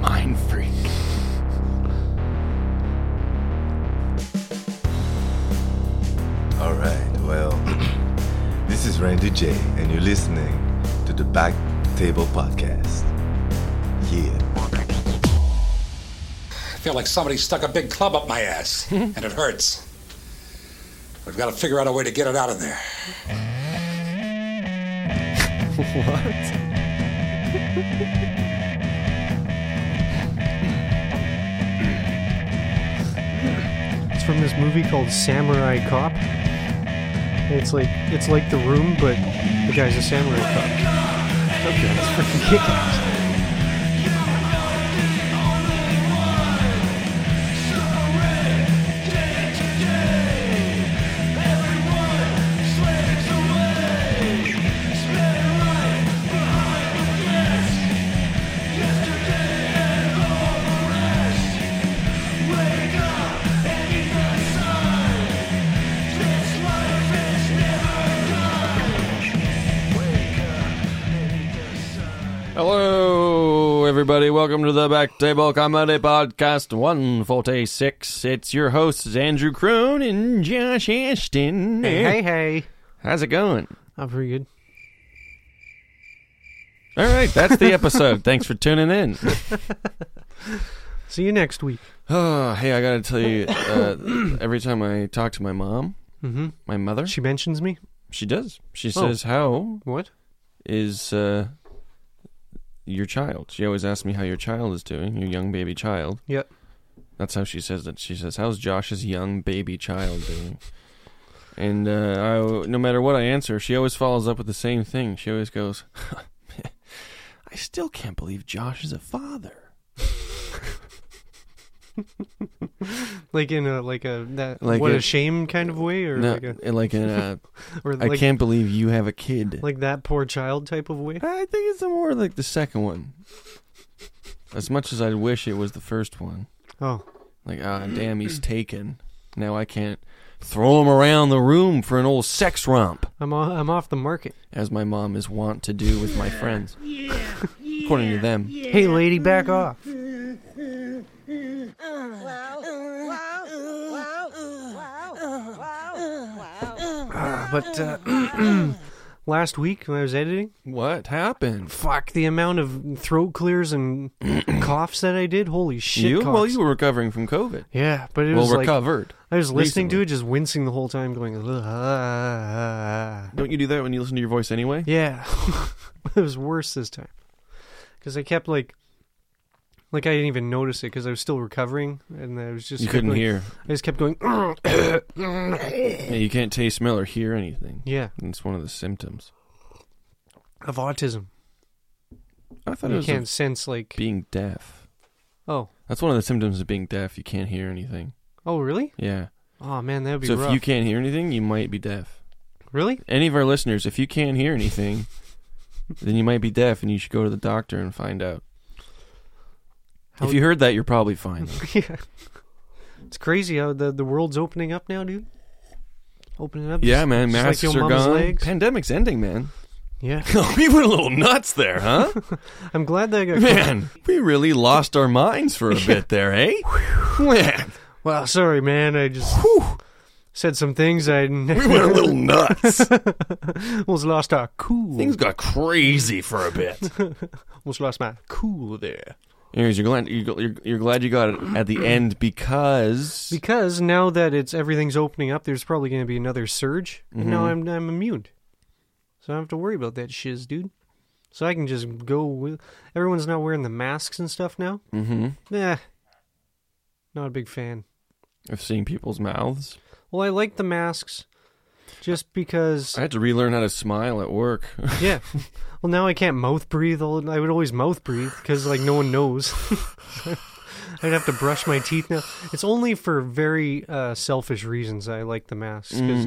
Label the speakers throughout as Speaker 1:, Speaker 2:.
Speaker 1: mind freak.
Speaker 2: All right, well, this is Randy J, and you're listening to the Back Table Podcast. Yeah.
Speaker 3: I feel like somebody stuck a big club up my ass, and it hurts. We've got to figure out a way to get it out of there.
Speaker 4: It's from this movie called Samurai Cop. And it's like it's like The Room, but the guy's a samurai cop. Okay, it's freaking kick-ass.
Speaker 5: Hello, everybody. Welcome to the Back Table Comedy Podcast 146. It's your hosts, Andrew Kroon and Josh Ashton.
Speaker 4: Hey, hey.
Speaker 5: How's it going?
Speaker 4: I'm pretty good.
Speaker 5: All right, that's the episode. Thanks for tuning in.
Speaker 4: See you next week.
Speaker 5: Oh, hey, I got to tell you, uh, every time I talk to my mom, my mother, she,
Speaker 4: Mm-hmm. She mentions me.
Speaker 5: does. She
Speaker 4: Oh.
Speaker 5: says, How
Speaker 4: What?
Speaker 5: is uh, your child? She always asks me how your child is doing, your young baby child.
Speaker 4: Yep.
Speaker 5: That's how she says it. She says, "How's Josh's young baby child doing?" And uh, I, no matter what I answer, she always follows up with the same thing. She always goes, "I still can't believe Josh is a father."
Speaker 4: Like in a like a that
Speaker 5: Like
Speaker 4: what a,
Speaker 5: a-
Speaker 4: shame kind of way or
Speaker 5: No,
Speaker 4: like a
Speaker 5: like in a,
Speaker 4: or
Speaker 5: I
Speaker 4: like
Speaker 5: can't believe you have a kid.
Speaker 4: like that poor child type of way.
Speaker 5: I think it's more like the second one. As much as I wish it was the first one,
Speaker 4: Oh.
Speaker 5: like ah, damn, he's taken. Now I can't throw him around the room for an old sex romp.
Speaker 4: I'm off, I'm off the market.
Speaker 5: as my mom is wont to do with my friends. According to them.
Speaker 4: Hey lady, back off. Ah, but uh, last week when I was editing,
Speaker 5: What happened?
Speaker 4: fuck the amount of throat clears and coughs that I did. Holy shit!
Speaker 5: you?
Speaker 4: coughs.
Speaker 5: Well, you were recovering from COVID.
Speaker 4: yeah, but it
Speaker 5: well,
Speaker 4: was like
Speaker 5: recovered.
Speaker 4: I was listening to it, just wincing the whole time, going. ah, "Ugh."
Speaker 5: Don't you do that when you listen to your voice anyway?
Speaker 4: Yeah, it was worse this time because I kept like, like I didn't even notice it because I was still recovering, and I was just
Speaker 5: You
Speaker 4: kept
Speaker 5: couldn't
Speaker 4: going-
Speaker 5: hear.
Speaker 4: I just kept going.
Speaker 5: Yeah, you can't taste, smell, or hear anything.
Speaker 4: yeah,
Speaker 5: It's one of the symptoms.
Speaker 4: of autism.
Speaker 5: I thought it
Speaker 4: You
Speaker 5: was
Speaker 4: can't
Speaker 5: of
Speaker 4: sense like.
Speaker 5: being deaf.
Speaker 4: oh,
Speaker 5: That's one of the symptoms of being deaf. You can't hear anything.
Speaker 4: oh really?
Speaker 5: Yeah.
Speaker 4: Oh man, that'd be
Speaker 5: So
Speaker 4: rough.
Speaker 5: if you can't hear anything, you might be deaf.
Speaker 4: really?
Speaker 5: Any of our listeners, if you can't hear anything, then you might be deaf and you should go to the doctor and find out.
Speaker 4: How-
Speaker 5: if you heard that, you're probably fine.
Speaker 4: yeah. It's crazy how the, the world's opening up now, dude. Opening up.
Speaker 5: Yeah,
Speaker 4: just-
Speaker 5: man,
Speaker 4: just
Speaker 5: masks
Speaker 4: like your
Speaker 5: are
Speaker 4: mom's
Speaker 5: gone.
Speaker 4: legs.
Speaker 5: Pandemic's ending, man.
Speaker 4: Yeah,
Speaker 5: we were Oh, a little nuts there, huh?
Speaker 4: I'm glad that I got.
Speaker 5: man, we really lost our minds for a bit there, eh? man,
Speaker 4: Wow, sorry, man. I just said some things I
Speaker 5: we went a little nuts.
Speaker 4: almost lost our cool.
Speaker 5: Things got crazy for a bit.
Speaker 4: almost lost my cool there.
Speaker 5: Anyways, you're glad you're, you're, you're glad you got it at the end because
Speaker 4: Because now that it's everything's opening up, there's probably going to be another surge. And now I'm I'm immune, so I don't have to worry about that shiz, dude. So I can just go. With, everyone's not wearing the masks and stuff now.
Speaker 5: mm-hmm.
Speaker 4: Nah, not a big fan.
Speaker 5: I've seen people's mouths.
Speaker 4: Well, I like the masks just because.
Speaker 5: I had to relearn how to smile at work.
Speaker 4: yeah. Well, now I can't mouth breathe. all- I would always mouth breathe because, like, no one knows. I'd have to brush my teeth now. It's only for very uh, selfish reasons I like the masks. 'cause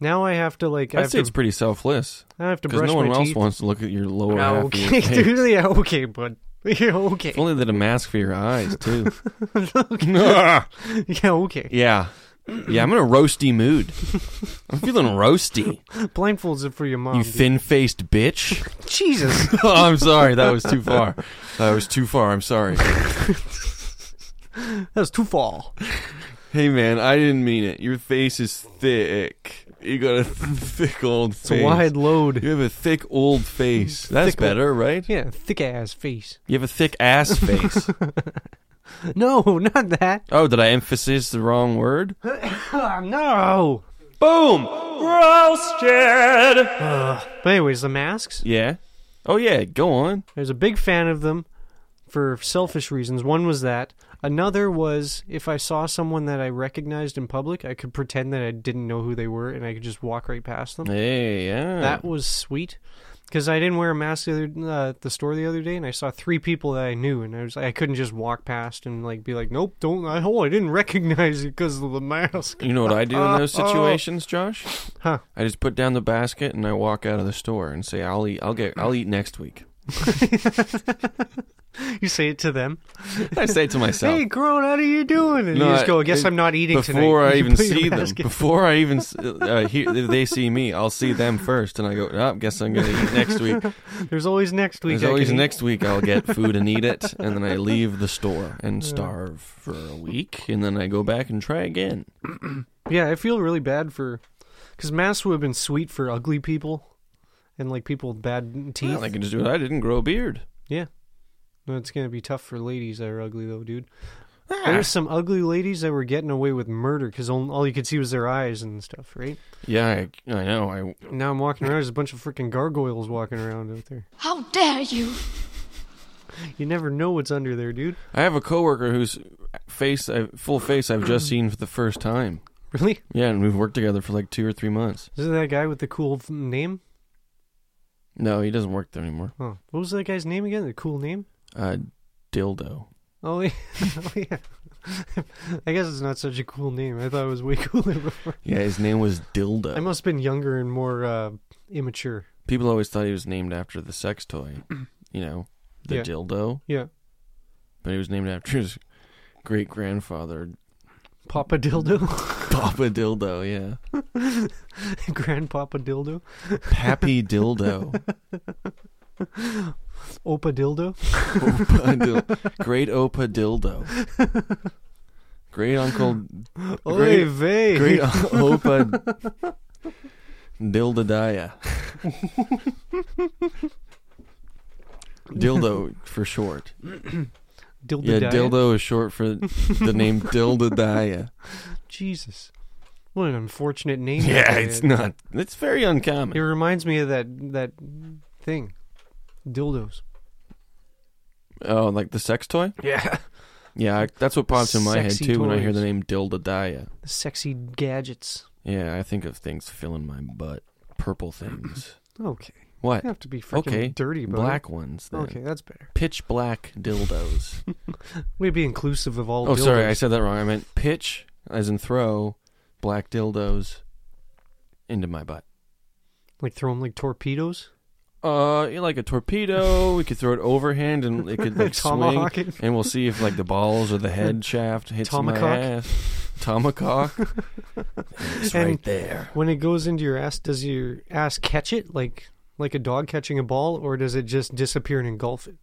Speaker 4: Now I have to, like, I
Speaker 5: Mm. I'd
Speaker 4: have
Speaker 5: say
Speaker 4: to,
Speaker 5: it's pretty selfless
Speaker 4: I have to
Speaker 5: because
Speaker 4: brush
Speaker 5: no one
Speaker 4: my
Speaker 5: else
Speaker 4: teeth.
Speaker 5: wants to look at your lower half. of your
Speaker 4: okay,
Speaker 5: face.
Speaker 4: dude. Yeah, okay, bud. Yeah, okay.
Speaker 5: Only that a mask for your eyes too.
Speaker 4: Yeah, okay.
Speaker 5: yeah. Yeah, I'm in a roasty mood. I'm feeling roasty.
Speaker 4: Blindfolds it for your mom.
Speaker 5: You
Speaker 4: dude.
Speaker 5: thin faced bitch.
Speaker 4: Jesus.
Speaker 5: oh, I'm sorry. That was too far. That was too far. I'm sorry.
Speaker 4: That was too far.
Speaker 5: Hey, man, I didn't mean it. Your face is thick. You got a th- thick old
Speaker 4: It's a
Speaker 5: face.
Speaker 4: wide load.
Speaker 5: You have a thick old face. That's
Speaker 4: Thick old-
Speaker 5: better, right?
Speaker 4: Yeah, thick ass face.
Speaker 5: You have a thick ass face.
Speaker 4: No, not that.
Speaker 5: oh, did I emphasize the wrong word?
Speaker 4: Ah, no.
Speaker 5: Boom! Roasted!
Speaker 4: But anyways, the masks.
Speaker 5: Yeah. Oh, yeah, go on.
Speaker 4: I was a big fan of them for selfish reasons. One was that. Another was if I saw someone that I recognized in public, I could pretend that I didn't know who they were and I could just walk right past them.
Speaker 5: Hey, yeah.
Speaker 4: That was sweet. Because I didn't wear a mask the other, uh, at the store the other day, and I saw three people that I knew, and I was I couldn't just walk past and like be like, nope, don't. I, oh, I didn't recognize you because of the mask.
Speaker 5: You know what I do in those situations, Josh?
Speaker 4: Uh, Huh.
Speaker 5: I just put down the basket and I walk out of the store and say, "I'll eat. I'll get. I'll eat next week."
Speaker 4: You say it to them.
Speaker 5: I say it to myself.
Speaker 4: Hey, Crone, how are you doing? And you just go, I guess
Speaker 5: I-
Speaker 4: I'm not eating tonight.
Speaker 5: before I
Speaker 4: You
Speaker 5: even
Speaker 4: put your
Speaker 5: see them.
Speaker 4: mask in.
Speaker 5: Before I even s- uh, hear, if they see me, I'll see them first, and I go, "Oh, guess I'm gonna eat next week."
Speaker 4: There's always next week.
Speaker 5: There's
Speaker 4: I
Speaker 5: always
Speaker 4: can eat.
Speaker 5: next week. I'll get food and eat it, and then I leave the store and starve for a week, and then I go back and try again.
Speaker 4: Yeah, I feel really bad for. Because masks would have been sweet for ugly people and like people with bad teeth.
Speaker 5: Well, I can just do it. I didn't grow a beard.
Speaker 4: Yeah. No, it's gonna be tough for ladies that are ugly though, dude. There's some ugly ladies that were getting away with murder because all, all you could see was their eyes and stuff, right?
Speaker 5: Yeah, I, I know. I
Speaker 4: Now I'm walking around. There's a bunch of freaking gargoyles walking around out there.
Speaker 1: How dare you!
Speaker 4: You never know what's under there, dude.
Speaker 5: I have a coworker whose face, I, full face, I've just seen for the first time.
Speaker 4: Really?
Speaker 5: Yeah, and we've worked together for like two or three months.
Speaker 4: Isn't that guy with the cool f- name?
Speaker 5: No, he doesn't work there anymore.
Speaker 4: Oh, what was that guy's name again? The cool name?
Speaker 5: Uh, dildo.
Speaker 4: Oh yeah, oh, yeah. I guess it's not such a cool name. I thought it was way cooler before.
Speaker 5: Yeah, his name was
Speaker 4: I
Speaker 5: Dildo.
Speaker 4: must have been younger and more uh, immature.
Speaker 5: People always thought he was named after the sex toy, you know, the
Speaker 4: Yeah.
Speaker 5: dildo.
Speaker 4: Yeah,
Speaker 5: But he was named after his great grandfather,
Speaker 4: Papa Dildo,
Speaker 5: Papa Dildo. Yeah,
Speaker 4: Grandpapa Dildo,
Speaker 5: Pappy Dildo,
Speaker 4: Opa Dildo.
Speaker 5: Opa Dil- Great Opa Dildo, Great Uncle,
Speaker 4: Oy
Speaker 5: Great
Speaker 4: vey.
Speaker 5: Great Opa Dildadaya. Dildo for short.
Speaker 4: Dildo
Speaker 5: Yeah,
Speaker 4: diet.
Speaker 5: dildo is short for the name Dildadaya.
Speaker 4: Jesus. What an unfortunate name. that
Speaker 5: Yeah,
Speaker 4: guy
Speaker 5: it's
Speaker 4: is.
Speaker 5: not. It's very
Speaker 4: It
Speaker 5: uncommon.
Speaker 4: reminds me of that that thing. Dildos.
Speaker 5: Oh, like the sex toy?
Speaker 4: Yeah.
Speaker 5: Yeah, I, that's what pops in my head
Speaker 4: Sexy
Speaker 5: too when I hear the
Speaker 4: toys.
Speaker 5: name Dildadaya.
Speaker 4: Sexy gadgets.
Speaker 5: Yeah, I think of things filling my butt, purple things.
Speaker 4: Okay.
Speaker 5: What?
Speaker 4: You have to be freaking
Speaker 5: Okay,
Speaker 4: dirty, but
Speaker 5: black ones. Then.
Speaker 4: Okay, that's better.
Speaker 5: pitch black dildos.
Speaker 4: We'd be inclusive of all
Speaker 5: oh,
Speaker 4: dildos.
Speaker 5: sorry, I said that wrong. I meant pitch, as in throw, black dildos into my butt.
Speaker 4: like throw them like torpedoes.
Speaker 5: Uh, yeah, like a torpedo. we could throw it overhand, and it could like swing.
Speaker 4: Tomahawk it.
Speaker 5: And we'll see if like the balls or the head shaft hits my
Speaker 4: Tomahawk?
Speaker 5: ass. Tomahawk. it's
Speaker 4: And-
Speaker 5: right there.
Speaker 4: When it goes into your ass, does your ass catch it like like a dog catching a ball, or does it just disappear and engulf it?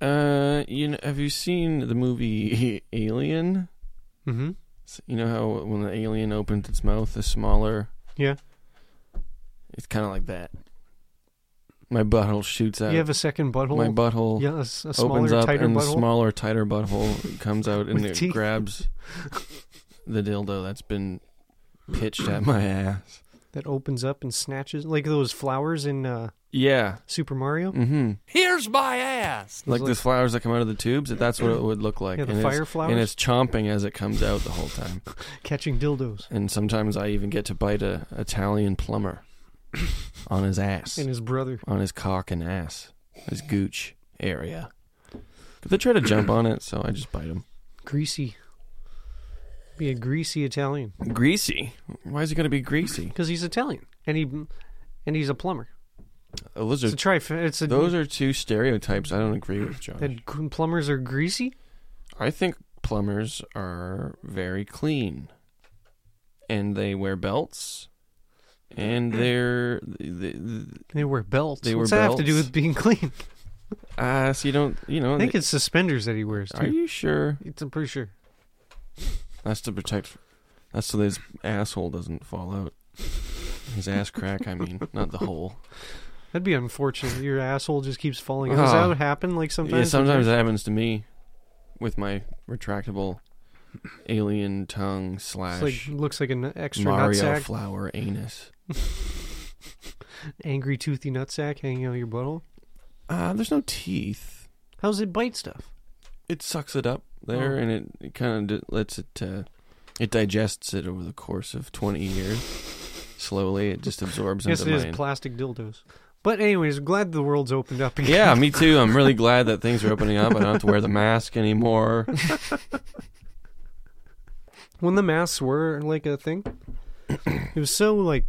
Speaker 5: Uh, you know, have you seen the movie Alien?
Speaker 4: Mm-hmm.
Speaker 5: S- You know how when the alien opens its mouth, the smaller.
Speaker 4: Yeah.
Speaker 5: It's kind of like that. My butthole shoots out.
Speaker 4: You have a second butthole.
Speaker 5: my butthole
Speaker 4: yeah, a, s- a smaller,
Speaker 5: opens up,
Speaker 4: tighter
Speaker 5: and the
Speaker 4: butthole.
Speaker 5: smaller, tighter butthole comes out and
Speaker 4: With
Speaker 5: it
Speaker 4: teeth.
Speaker 5: grabs the dildo that's been pitched at my ass.
Speaker 4: that opens up and snatches like those flowers in uh,
Speaker 5: Yeah.
Speaker 4: Super Mario.
Speaker 5: Mm-hmm.
Speaker 6: Here's my ass.
Speaker 5: Like
Speaker 4: like-
Speaker 5: the flowers that come out of the tubes. That's what it would look like.
Speaker 4: Yeah, the
Speaker 5: and
Speaker 4: fire
Speaker 5: it's,
Speaker 4: flowers.
Speaker 5: And it's chomping as it comes out the whole time.
Speaker 4: Catching dildos
Speaker 5: And sometimes I even get to bite a Italian plumber on his ass,
Speaker 4: and his brother.
Speaker 5: on his cock and ass, his gooch area. But they try to jump on it, so I just bite him.
Speaker 4: Greasy. Be a greasy Italian
Speaker 5: Greasy? Why is he going to be greasy?
Speaker 4: because he's Italian and he and he's a plumber.
Speaker 5: Oh, those
Speaker 4: It's
Speaker 5: are
Speaker 4: a trif. It's a
Speaker 5: those are two stereotypes I don't agree with, Josh.
Speaker 4: that g- plumbers are greasy.
Speaker 5: I think plumbers are very clean, and they wear belts, and they're th th
Speaker 4: They wear belts.
Speaker 5: They wear
Speaker 4: What's that have to do
Speaker 5: belts.
Speaker 4: with being clean?
Speaker 5: uh, so you don't you know.
Speaker 4: I think it's suspenders that he wears.
Speaker 5: are
Speaker 4: Too.
Speaker 5: you sure?
Speaker 4: It's, I'm pretty sure.
Speaker 5: That's to protect. That's so that his asshole doesn't fall out. His ass crack, I mean, not the hole.
Speaker 4: That'd be unfortunate. Your asshole just keeps falling. out. Does
Speaker 5: Ah.
Speaker 4: that happen? Like sometimes.
Speaker 5: yeah, sometimes that happens to me with my retractable alien tongue
Speaker 4: It's
Speaker 5: slash
Speaker 4: like looks like an extra
Speaker 5: Mario
Speaker 4: nutsack,
Speaker 5: flower anus.
Speaker 4: angry toothy nutsack hanging out your butthole.
Speaker 5: Uh, there's no teeth.
Speaker 4: How's it bite stuff?
Speaker 5: It sucks it up there,
Speaker 4: Oh.
Speaker 5: and it, it kind of lets it. Uh, it digests it over the course of 20 years. Slowly, it just absorbs
Speaker 4: Yes,
Speaker 5: into
Speaker 4: it is
Speaker 5: mine.
Speaker 4: plastic dildos. But anyways, glad the world's opened up again.
Speaker 5: yeah, me too. I'm really glad that things are opening up. I don't have to wear the mask anymore.
Speaker 4: when the masks were like a thing it was so like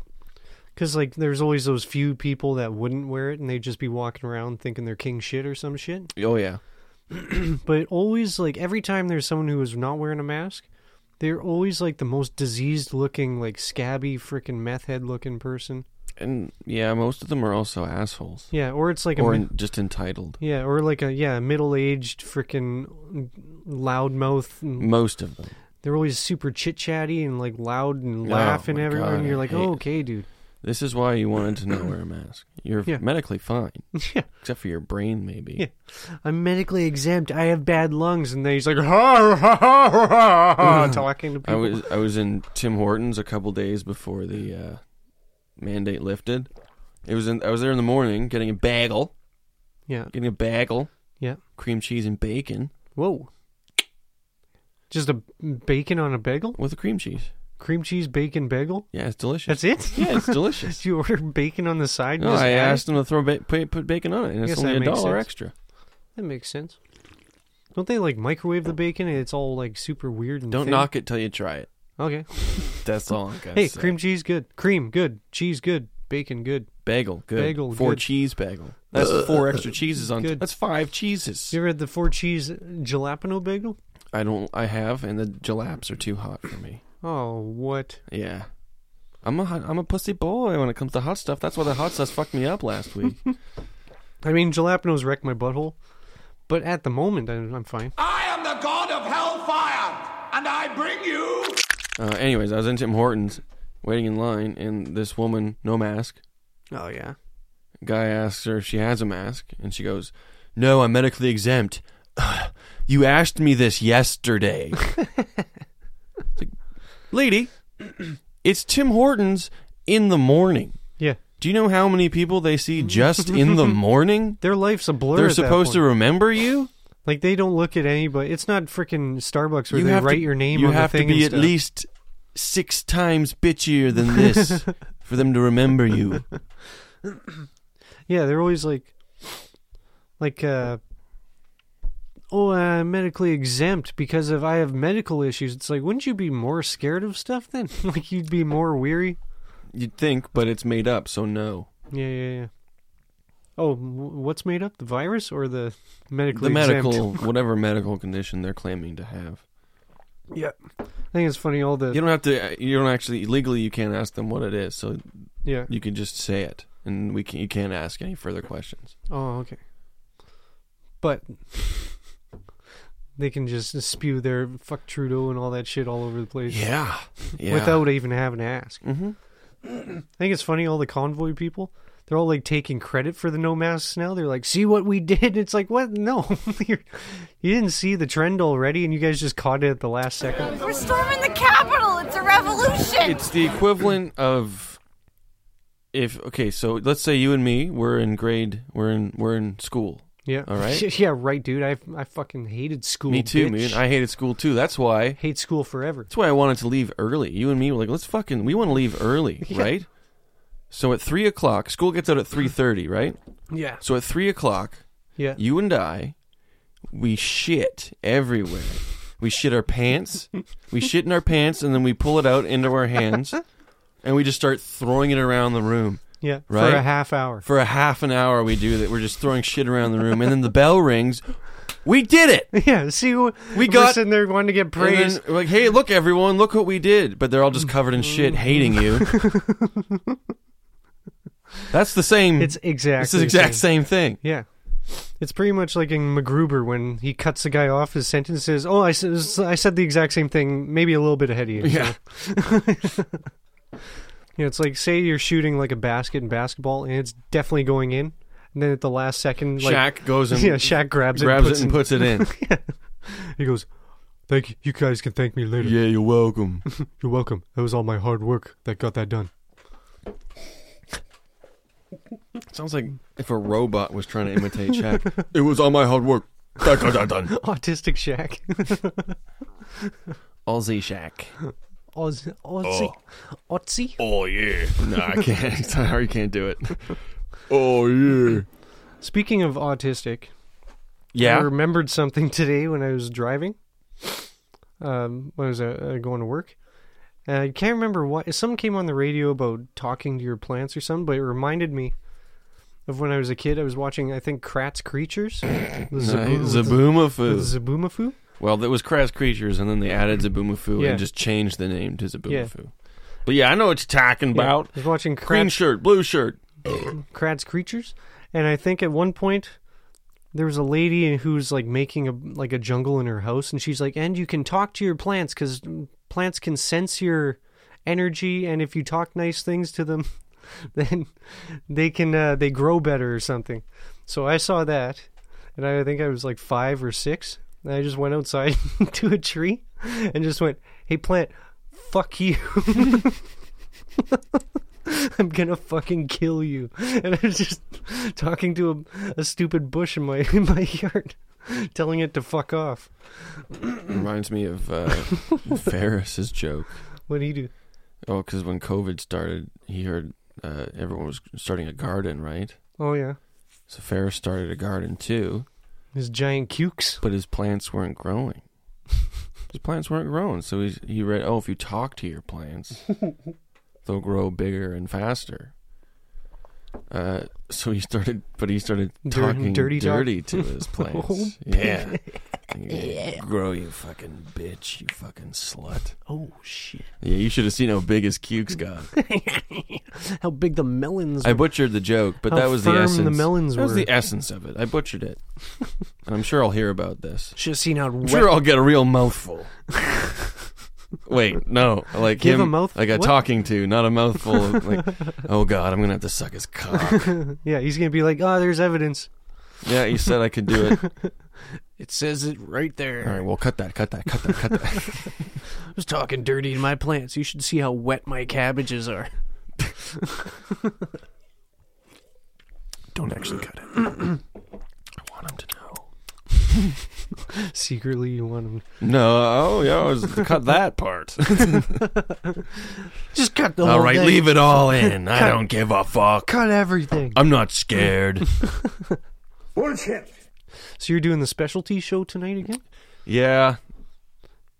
Speaker 4: because like there's always those few people that wouldn't wear it and they'd just be walking around thinking they're king shit or some shit
Speaker 5: Oh yeah.
Speaker 4: but always like every time there's someone who is not wearing a mask they're always like the most diseased looking like scabby freaking meth head looking person
Speaker 5: And yeah, most of them are also assholes
Speaker 4: yeah or it's like a
Speaker 5: or
Speaker 4: mi-
Speaker 5: en- just entitled.
Speaker 4: yeah or like a yeah middle-aged freaking loudmouth and
Speaker 5: Most of them.
Speaker 4: they're always super chit-chatty and like loud and
Speaker 5: Oh,
Speaker 4: laughing
Speaker 5: my
Speaker 4: everywhere
Speaker 5: God,
Speaker 4: and you're
Speaker 5: I
Speaker 4: like
Speaker 5: hate-
Speaker 4: oh, okay dude
Speaker 5: This is why you wanted to not wear a mask. You're
Speaker 4: Yeah.
Speaker 5: medically fine,
Speaker 4: yeah
Speaker 5: except for your brain, maybe.
Speaker 4: Yeah. I'm medically exempt. I have bad lungs, and then he's like, ha, ha, ha, ha, ha, ha, talking to
Speaker 5: I
Speaker 4: people.
Speaker 5: was I was in Tim Hortons a couple days before the uh, mandate lifted. It was in, I was there in the morning getting a bagel,
Speaker 4: yeah,
Speaker 5: getting a bagel,
Speaker 4: yeah.
Speaker 5: cream cheese and bacon
Speaker 4: Whoa. Just a bacon on a bagel,
Speaker 5: with a cream cheese.
Speaker 4: cream cheese bacon bagel.
Speaker 5: Yeah, it's delicious.
Speaker 4: That's it.
Speaker 5: yeah, it's delicious.
Speaker 4: Did you order bacon on the side? and
Speaker 5: No,
Speaker 4: just
Speaker 5: I
Speaker 4: add it?
Speaker 5: asked them to throw ba- pa- put bacon on it, and it's
Speaker 4: Yes,
Speaker 5: only
Speaker 4: that
Speaker 5: a
Speaker 4: makes
Speaker 5: dollar
Speaker 4: sense.
Speaker 5: extra.
Speaker 4: That makes sense. Don't they like microwave the bacon? and It's all like super weird. And
Speaker 5: Don't
Speaker 4: thin?
Speaker 5: knock it till you try it.
Speaker 4: Okay.
Speaker 5: That's all I'm gonna
Speaker 4: Hey,
Speaker 5: say.
Speaker 4: cream cheese good, cream good, cheese good, bacon good.
Speaker 5: bagel, good.
Speaker 4: Bagel,
Speaker 5: four
Speaker 4: good.
Speaker 5: cheese bagel. That's four extra cheeses on.
Speaker 4: Good.
Speaker 5: That's five cheeses.
Speaker 4: You ever had the four cheese uh, jalapeno bagel?
Speaker 5: I don't. I have, and the jalaps are too hot for me.
Speaker 4: Oh, what?
Speaker 5: Yeah, I'm a hot, I'm a pussy boy when it comes to hot stuff. That's why the hot stuff fucked me up last week.
Speaker 4: I mean, jalapenos wreck my butthole, but at the moment, I- I'm fine.
Speaker 6: I am the god of hellfire, and I bring you.
Speaker 5: uh, anyways, I was in Tim Hortons, waiting in line, and this woman, no mask,
Speaker 4: Oh yeah.
Speaker 5: guy asks her if she has a mask, and she goes, "No, I'm medically exempt." you asked me this yesterday, It's like, lady. It's Tim Hortons in the morning.
Speaker 4: Yeah.
Speaker 5: Do you know how many people they see just in the morning?
Speaker 4: Their life's a blur.
Speaker 5: They're
Speaker 4: at that
Speaker 5: supposed to
Speaker 4: point.
Speaker 5: remember you.
Speaker 4: like they don't look at anybody. It's not freaking Starbucks where
Speaker 5: you
Speaker 4: they
Speaker 5: have
Speaker 4: write
Speaker 5: to,
Speaker 4: your name
Speaker 5: You
Speaker 4: on
Speaker 5: have
Speaker 4: the thing.
Speaker 5: to be
Speaker 4: and
Speaker 5: at
Speaker 4: stuff.
Speaker 5: least six times bitchier than this for them to remember you.
Speaker 4: Yeah, they're always like, like, uh, oh, I'm medically exempt because of I have medical issues. It's like, wouldn't you be more scared of stuff then? like you'd be more weary.
Speaker 5: You'd think, but it's made up, so no.
Speaker 4: Yeah, yeah, yeah. Oh, w- what's made up? The virus or the medically
Speaker 5: The
Speaker 4: exempt?
Speaker 5: medical, whatever medical condition they're claiming to have,
Speaker 4: Yeah. I think it's funny all the
Speaker 5: you don't have to. uh, You don't actually legally. You can't ask them what it is, so
Speaker 4: yeah.
Speaker 5: you can just say it, and we can. You can't ask any further questions.
Speaker 4: Oh, okay. But they can just spew their fuck Trudeau and all that shit all over the place
Speaker 5: Yeah, yeah.
Speaker 4: without even having to ask. Mm-hmm. I think it's funny all the convoy people. They're all like taking credit for the no masks now. They're like, "See what we did." It's like, "What? No, You're, you didn't see the trend already, and you guys just caught it at the last second."
Speaker 1: We're storming the Capitol. It's a revolution.
Speaker 5: it's the equivalent of if okay so let's say you and me we're in grade we're in we're in school
Speaker 4: Yeah,
Speaker 5: All right.
Speaker 4: yeah, right, dude. I I fucking hated school.
Speaker 5: me too
Speaker 4: bitch.
Speaker 5: man i hated school too that's why
Speaker 4: hate school forever.
Speaker 5: that's why i wanted to leave early you and me were like let's fucking we want to leave early right so at three o'clock school gets out at 3.30 right
Speaker 4: Yeah,
Speaker 5: so at three o'clock
Speaker 4: yeah.
Speaker 5: you and i we shit everywhere we shit our pants we shit in our pants and then we pull it out into our hands and we just start throwing it around the room
Speaker 4: Yeah,
Speaker 5: Right?
Speaker 4: for a half hour.
Speaker 5: for a half an hour we do that we're just throwing shit around the room and then the bell rings We did it.
Speaker 4: Yeah, see, we are
Speaker 5: got-
Speaker 4: sitting there wanting to get
Speaker 5: And
Speaker 4: praised.
Speaker 5: then, like, hey, look, everyone, look what we did. But they're all just covered in shit,
Speaker 4: Mm-hmm.
Speaker 5: hating you. That's the same.
Speaker 4: It's exactly
Speaker 5: It's the
Speaker 4: the
Speaker 5: exact same thing.
Speaker 4: Yeah. It's pretty much like in MacGruber when he cuts the guy off. His sentence says, "Oh, I, s- I said the exact same thing, maybe a little bit ahead of you."
Speaker 5: Yeah.
Speaker 4: You know, it's like say you're shooting like a basket in basketball, and it's definitely going in, and then at the last second, like
Speaker 5: Shaq goes and
Speaker 4: yeah, Shaq grabs it,
Speaker 5: grabs
Speaker 4: puts
Speaker 5: it and puts it in.
Speaker 4: He goes, "Thank you. You guys can thank me later.
Speaker 5: yeah, you're welcome.
Speaker 4: You're welcome. That was all my hard work that got that done."
Speaker 5: Sounds like if a robot was trying to imitate Shaq. it was all my hard work. Dun, dun, dun, dun.
Speaker 4: Autistic Shaq.
Speaker 5: Aussie Shaq.
Speaker 4: Oz, Ozzy, Otzi.
Speaker 5: Oh yeah. No, I can't. Sorry, you can't do it. Oh yeah.
Speaker 4: Speaking of autistic, I
Speaker 5: Yeah.
Speaker 4: remembered something today when I was driving. Um, when I was uh, uh, going to work, and I can't remember what. Some came on the radio about talking to your plants or something, but it reminded me of when I was a kid. I was watching, I think, Kratz Creatures, the Zabu- the
Speaker 5: Zaboomafoo.
Speaker 4: Zaboomafoo.
Speaker 5: Well, there was Crass Creatures, and then they added Zaboomafoo
Speaker 4: Yeah.
Speaker 5: and just changed the name to Zaboomafoo. But yeah, I know what you're talking
Speaker 4: Yeah,
Speaker 5: about.
Speaker 4: I was watching
Speaker 5: Green
Speaker 4: Kratz,
Speaker 5: shirt, blue shirt.
Speaker 4: Kratz Creatures, and I think at one point there was a lady who's like making a like a jungle in her house, and she's like, "And you can talk to your plants because plants can sense your energy, and if you talk nice things to them, then they can uh, they grow better or something." So I saw that, and I think I was like five or six, and I just went outside to a tree and just went, "Hey, plant." Fuck you. I'm gonna fucking kill you. And I was just talking to a, a stupid bush in my in my yard, telling it to fuck off.
Speaker 5: Reminds me of uh, Ferris's joke.
Speaker 4: What do you do?
Speaker 5: Oh, because when COVID started, he heard uh, everyone was starting a garden, right?
Speaker 4: Oh yeah,
Speaker 5: So Ferris started a garden too,
Speaker 4: his giant cukes.
Speaker 5: but his plants weren't growing. his plants weren't growing, so he he read, "Oh, if you talk to your plants, they'll grow bigger and faster." Uh, so he started, but he started
Speaker 4: Dirty-
Speaker 5: talking
Speaker 4: dirty
Speaker 5: dirty,
Speaker 4: talk?
Speaker 5: to his plants.
Speaker 4: Oh,
Speaker 5: yeah. grow you fucking bitch, you fucking slut.
Speaker 4: Oh shit!
Speaker 5: Yeah, you should have seen how big his cukes got.
Speaker 4: How big the melons?
Speaker 5: I butchered the joke, but
Speaker 4: How
Speaker 5: that was the
Speaker 4: firm the
Speaker 5: essence.
Speaker 4: melons
Speaker 5: that was
Speaker 4: were.
Speaker 5: the essence of it. I butchered it, and I'm sure I'll hear about this.
Speaker 4: should have seen how
Speaker 5: I'm
Speaker 4: wet.
Speaker 5: sure I'll get a real mouthful. Wait, no, like
Speaker 4: Give
Speaker 5: him,
Speaker 4: a mouth-
Speaker 5: like a
Speaker 4: what?
Speaker 5: talking to, not a mouthful. of, like, oh god, I'm gonna have to suck his cock.
Speaker 4: Yeah, he's gonna be like, oh, there's evidence.
Speaker 5: yeah, he said I could do it.
Speaker 4: It says it right there.
Speaker 5: All right, well, cut that, cut that, cut that, cut that.
Speaker 4: I was talking dirty to my plants. You should see how wet my cabbages are.
Speaker 5: Don't actually cut it. I want him to know.
Speaker 4: Secretly, you want them
Speaker 5: No, oh yeah, I was, cut that part.
Speaker 4: just cut the
Speaker 5: All
Speaker 4: whole
Speaker 5: right,
Speaker 4: thing.
Speaker 5: leave it all in. I don't give a fuck.
Speaker 4: Cut everything.
Speaker 5: I'm not scared.
Speaker 6: Bullshit.
Speaker 4: so you're doing the specialty show tonight again?
Speaker 5: yeah,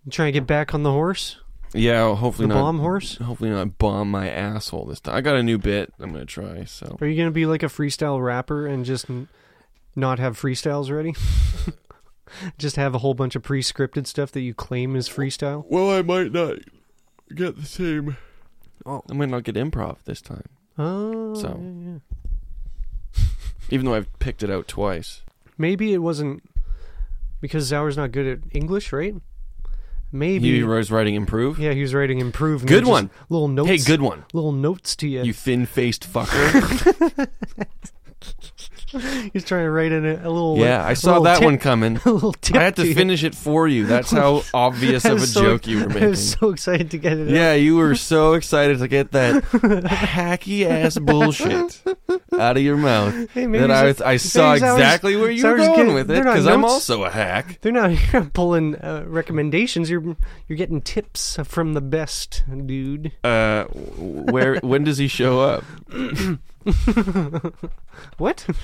Speaker 4: You trying to get back on the horse,
Speaker 5: yeah. well, Hopefully
Speaker 4: the
Speaker 5: not.
Speaker 4: bomb horse?
Speaker 5: Hopefully not bomb my asshole this time. I got a new bit. I'm gonna try. So
Speaker 4: Are you gonna be like a freestyle rapper and just n- not have freestyles ready? just have a whole bunch of pre-scripted stuff that you claim is freestyle.
Speaker 5: well, I might not get the same. Oh, I might not get improv this time.
Speaker 4: Oh,
Speaker 5: So.
Speaker 4: yeah, yeah.
Speaker 5: Even though I've picked it out twice.
Speaker 4: maybe it wasn't because Zauer's not good at English, right? Maybe.
Speaker 5: You was writing improve.
Speaker 4: yeah, he was writing improve. and
Speaker 5: Good
Speaker 4: just
Speaker 5: one.
Speaker 4: Little notes.
Speaker 5: Hey, good one.
Speaker 4: Little notes to you.
Speaker 5: You thin-faced fucker.
Speaker 4: He's trying to write in a, a little.
Speaker 5: yeah,
Speaker 4: uh,
Speaker 5: I
Speaker 4: a
Speaker 5: saw
Speaker 4: little
Speaker 5: that
Speaker 4: tip-
Speaker 5: one coming.
Speaker 4: A little tip.
Speaker 5: I had to
Speaker 4: you.
Speaker 5: finish it for you. That's how obvious
Speaker 4: I
Speaker 5: of a
Speaker 4: was so-
Speaker 5: joke you were
Speaker 4: I
Speaker 5: making.
Speaker 4: was so excited to get it. out.
Speaker 5: Yeah, you were so excited to get that hacky ass bullshit out of your mouth
Speaker 4: Hey, maybe
Speaker 5: that I,
Speaker 4: it's-
Speaker 5: was- I saw
Speaker 4: maybe it's ours-
Speaker 5: exactly where you
Speaker 4: it's
Speaker 5: were
Speaker 4: ours
Speaker 5: going
Speaker 4: getting-
Speaker 5: with it
Speaker 4: they're not
Speaker 5: because I'm
Speaker 4: notes.
Speaker 5: also a hack.
Speaker 4: They're not you're not pulling uh, recommendations. You're you're getting tips from the best, dude.
Speaker 5: Uh, where when does he show up?
Speaker 4: What?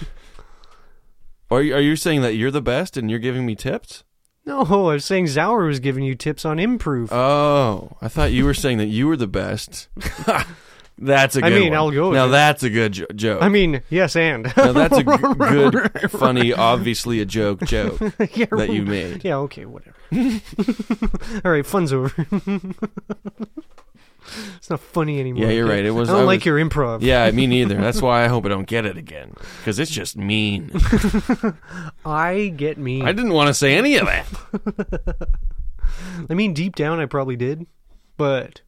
Speaker 5: Are you, are you saying that you're the best and you're giving me tips?
Speaker 4: No, I was saying Zauer was
Speaker 5: Uh,
Speaker 4: giving you tips on improve.
Speaker 5: Oh, I thought you were saying that you were the best. That's a
Speaker 4: I
Speaker 5: good
Speaker 4: mean,
Speaker 5: one.
Speaker 4: I'll go with
Speaker 5: Now
Speaker 4: it.
Speaker 5: that's a good jo- joke.
Speaker 4: I mean, yes, and
Speaker 5: now that's a g- good, funny, obviously a joke joke
Speaker 4: Yeah,
Speaker 5: that you made.
Speaker 4: Yeah, okay, whatever. All right, fun's over. it's not funny anymore.
Speaker 5: Yeah, you're
Speaker 4: okay?
Speaker 5: right, it was-
Speaker 4: I don't
Speaker 5: I
Speaker 4: like
Speaker 5: was-
Speaker 4: your improv.
Speaker 5: Yeah, me neither. That's why I hope I don't get it again because it's just mean.
Speaker 4: I get mean.
Speaker 5: I
Speaker 4: I,
Speaker 5: didn't want to say any of that.
Speaker 4: mean, deep down, I probably did, but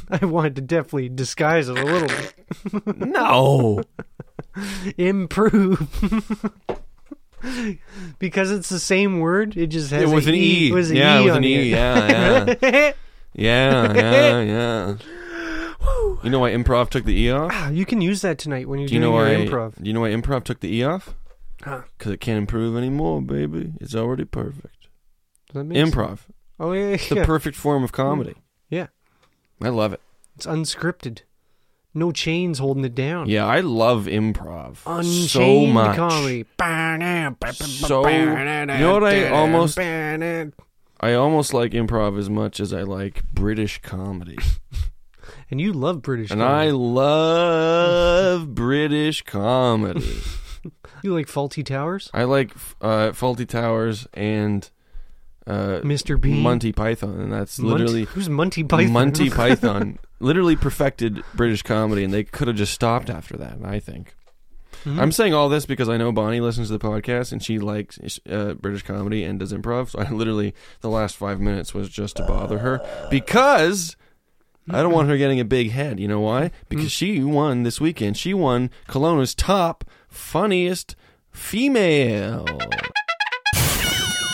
Speaker 4: I wanted to definitely disguise it a little bit,
Speaker 5: No.
Speaker 4: improve. Because it's the same word, it just has
Speaker 5: It was
Speaker 4: a
Speaker 5: an E.
Speaker 4: It was an
Speaker 5: yeah,
Speaker 4: E
Speaker 5: it was
Speaker 4: on
Speaker 5: an
Speaker 4: the
Speaker 5: E.
Speaker 4: end.
Speaker 5: Yeah, yeah. Yeah, yeah, yeah. You know why improv took the E off?
Speaker 4: Ah, You can use that tonight when you're
Speaker 5: Do you
Speaker 4: doing
Speaker 5: know
Speaker 4: your
Speaker 5: why
Speaker 4: improv.
Speaker 5: Do you know why improv took the E off? Because it can't improve anymore, baby. It's already perfect.
Speaker 4: Does that make sense?
Speaker 5: Improv,
Speaker 4: Oh yeah,
Speaker 5: the
Speaker 4: yeah. Mm.
Speaker 5: perfect form of comedy.
Speaker 4: yeah.
Speaker 5: I love it.
Speaker 4: It's unscripted. No chains holding it down.
Speaker 5: Yeah, I love improv
Speaker 4: Unchained
Speaker 5: so much.
Speaker 4: comedy.
Speaker 5: So you know what I almost I almost like improv as much as I like British comedy.
Speaker 4: And you love British
Speaker 5: And I
Speaker 4: comedy.
Speaker 5: love British comedy.
Speaker 4: You like Faulty Towers?
Speaker 5: I like f- uh, Faulty Towers and uh,
Speaker 4: Mr. Bean?
Speaker 5: Monty Python, and that's
Speaker 4: Munt-
Speaker 5: literally
Speaker 4: Who's Monty Python?
Speaker 5: Monty Python literally perfected British comedy, and they could have just stopped after that. I think.
Speaker 4: Mm-hmm.
Speaker 5: I'm saying all this because I know Bonnie listens to the podcast and she likes uh, British comedy and does improv. So I literally the last five minutes was just to bother her because. I don't want her getting a big head. You know why? Because she won this weekend. She won Kelowna's top funniest female.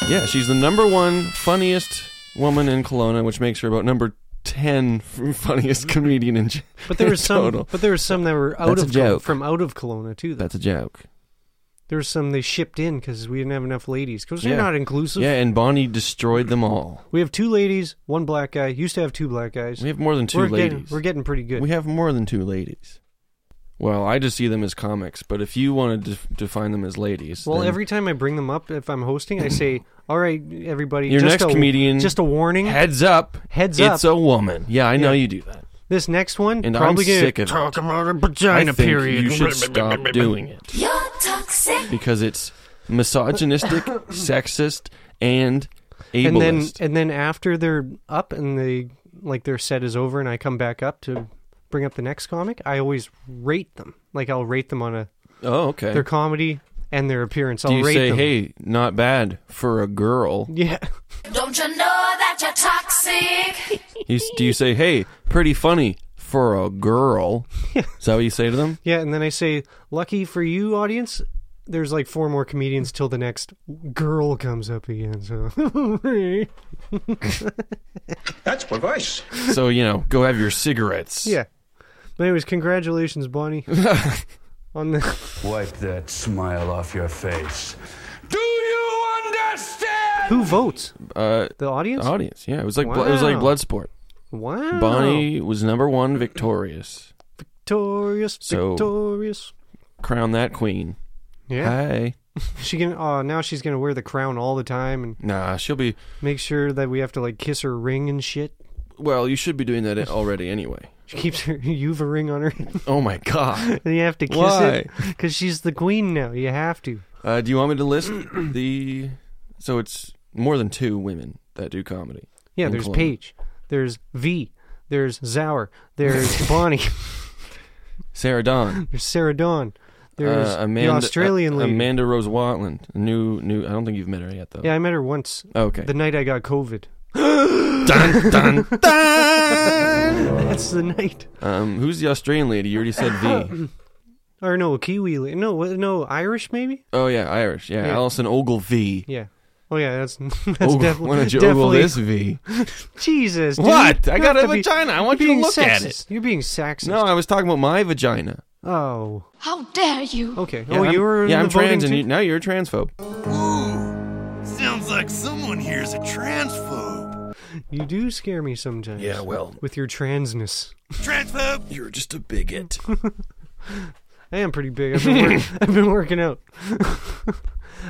Speaker 5: Yeah, she's the number one funniest woman in Kelowna, which makes her about number ten f- funniest comedian in. gen-
Speaker 4: But there was some
Speaker 5: total.
Speaker 4: but there was some that were out
Speaker 5: That's a
Speaker 4: of Col-
Speaker 5: joke.
Speaker 4: from out of Kelowna too. Though.
Speaker 5: That's a joke.
Speaker 4: There was some they shipped in cuz we didn't have enough ladies cuz
Speaker 5: Yeah.
Speaker 4: they're not inclusive.
Speaker 5: Yeah, and Bonnie destroyed them all.
Speaker 4: We have two ladies, one black guy. Used to have two black guys.
Speaker 5: We have more than 2
Speaker 4: We're
Speaker 5: ladies.
Speaker 4: Getting, we're getting pretty good.
Speaker 5: We have more than two ladies. Well, I just see them as comics, but if you want to def- define them as ladies,
Speaker 4: Well,
Speaker 5: then-
Speaker 4: every time I bring them up, if I'm hosting, I say, "All right, everybody,
Speaker 5: Your
Speaker 4: just
Speaker 5: next
Speaker 4: a,
Speaker 5: comedian-
Speaker 4: just a warning.
Speaker 5: heads up,
Speaker 4: Heads
Speaker 5: it's
Speaker 4: up.
Speaker 5: it's a woman. Yeah, I know
Speaker 4: Yeah.
Speaker 5: you do that,
Speaker 4: this next one,
Speaker 5: and
Speaker 4: probably
Speaker 5: I'm
Speaker 4: gonna
Speaker 5: sick of
Speaker 4: talk
Speaker 5: it.
Speaker 4: about a
Speaker 5: I
Speaker 4: vagina
Speaker 5: think
Speaker 4: period.
Speaker 5: you should stop doing it.
Speaker 1: You're toxic.
Speaker 5: because it's misogynistic, sexist, and ableist.
Speaker 4: and then, and then after they're up and they like their set is over, and I come back up to bring up the next comic, I always rate them. Like I'll rate them on a
Speaker 5: oh, okay.
Speaker 4: their comedy and their appearance. I'll
Speaker 5: Do you
Speaker 4: rate
Speaker 5: say,
Speaker 4: them.
Speaker 5: "Hey, not bad for a girl"?
Speaker 4: yeah,
Speaker 1: Don't you know that you're toxic?
Speaker 5: You s- do you say, "Hey, pretty funny for a girl"? Is that what you say to them?
Speaker 4: yeah, and then I say, "Lucky for you, audience." There's like four more comedians till the next girl comes up again. So.
Speaker 6: That's perverse.
Speaker 5: So you know, go have your cigarettes.
Speaker 4: Yeah. But anyways, congratulations, Bonnie. on the
Speaker 6: Wipe that smile off your face. Do you understand?
Speaker 4: who votes?
Speaker 5: Uh,
Speaker 4: The audience.
Speaker 5: audience. Yeah, it was like blo- it was like
Speaker 4: Wow.
Speaker 5: Bloodsport.
Speaker 4: wow.
Speaker 5: Bonnie was number one, victorious.
Speaker 4: victorious,
Speaker 5: So-
Speaker 4: victorious.
Speaker 5: Crown that queen.
Speaker 4: Yeah.
Speaker 5: Hey,
Speaker 4: she can. Uh, now she's gonna wear the crown all the time and
Speaker 5: nah, she'll be.
Speaker 4: make sure that we have to like kiss her ring and shit.
Speaker 5: Well, you should be doing that already anyway.
Speaker 4: She keeps her Uva ring on her,
Speaker 5: Oh my god.
Speaker 4: and you have to kiss
Speaker 5: Why?
Speaker 4: it because she's the queen now. You have to.
Speaker 5: Uh, do you want me to list the? So it's more than two women that do comedy.
Speaker 4: Yeah.
Speaker 5: in
Speaker 4: there's
Speaker 5: Kelowna.
Speaker 4: Paige. There's V. There's Zauer. There's Bonnie.
Speaker 5: Sarah Dawn.
Speaker 4: There's Sarah Dawn. There's
Speaker 5: uh, Amanda,
Speaker 4: the Australian
Speaker 5: uh,
Speaker 4: lady.
Speaker 5: Amanda Rose Watland. New, new. I don't think you've met her yet, though.
Speaker 4: Yeah, I met her once
Speaker 5: Okay.
Speaker 4: the night I got COVID.
Speaker 5: Dun, dun, dun!
Speaker 4: That's the night.
Speaker 5: um, who's the Australian lady? You already said V.
Speaker 4: Or no, Kiwi. la- No, what- no, Irish maybe.
Speaker 5: Oh yeah, Irish. Yeah,
Speaker 4: Yeah.
Speaker 5: Allison Ogilvy.
Speaker 4: Yeah. Oh yeah, that's that's
Speaker 5: Ogle-
Speaker 4: definitely.
Speaker 5: why don't you ogle
Speaker 4: definitely
Speaker 5: this V?
Speaker 4: Jesus. dude.
Speaker 5: What? I
Speaker 4: You
Speaker 5: got
Speaker 4: have
Speaker 5: a
Speaker 4: to be-
Speaker 5: vagina. I want
Speaker 4: you're
Speaker 5: you to
Speaker 4: being
Speaker 5: look at
Speaker 4: sexist. You're being sexist.
Speaker 5: No, I was talking about my vagina.
Speaker 4: Oh.
Speaker 1: How dare you?
Speaker 4: Okay.
Speaker 5: Yeah,
Speaker 4: oh,
Speaker 5: I'm-
Speaker 4: you were. in
Speaker 5: Yeah,
Speaker 4: the
Speaker 5: I'm
Speaker 4: voting
Speaker 5: trans, and
Speaker 4: too?
Speaker 5: you, now you're a transphobe.
Speaker 7: Sounds like someone here's a transphobe.
Speaker 4: You do scare me sometimes.
Speaker 5: well,
Speaker 4: With your transness,
Speaker 7: Transphobe?
Speaker 5: you're just a bigot.
Speaker 4: I am pretty big. I've been, work- I've been working out.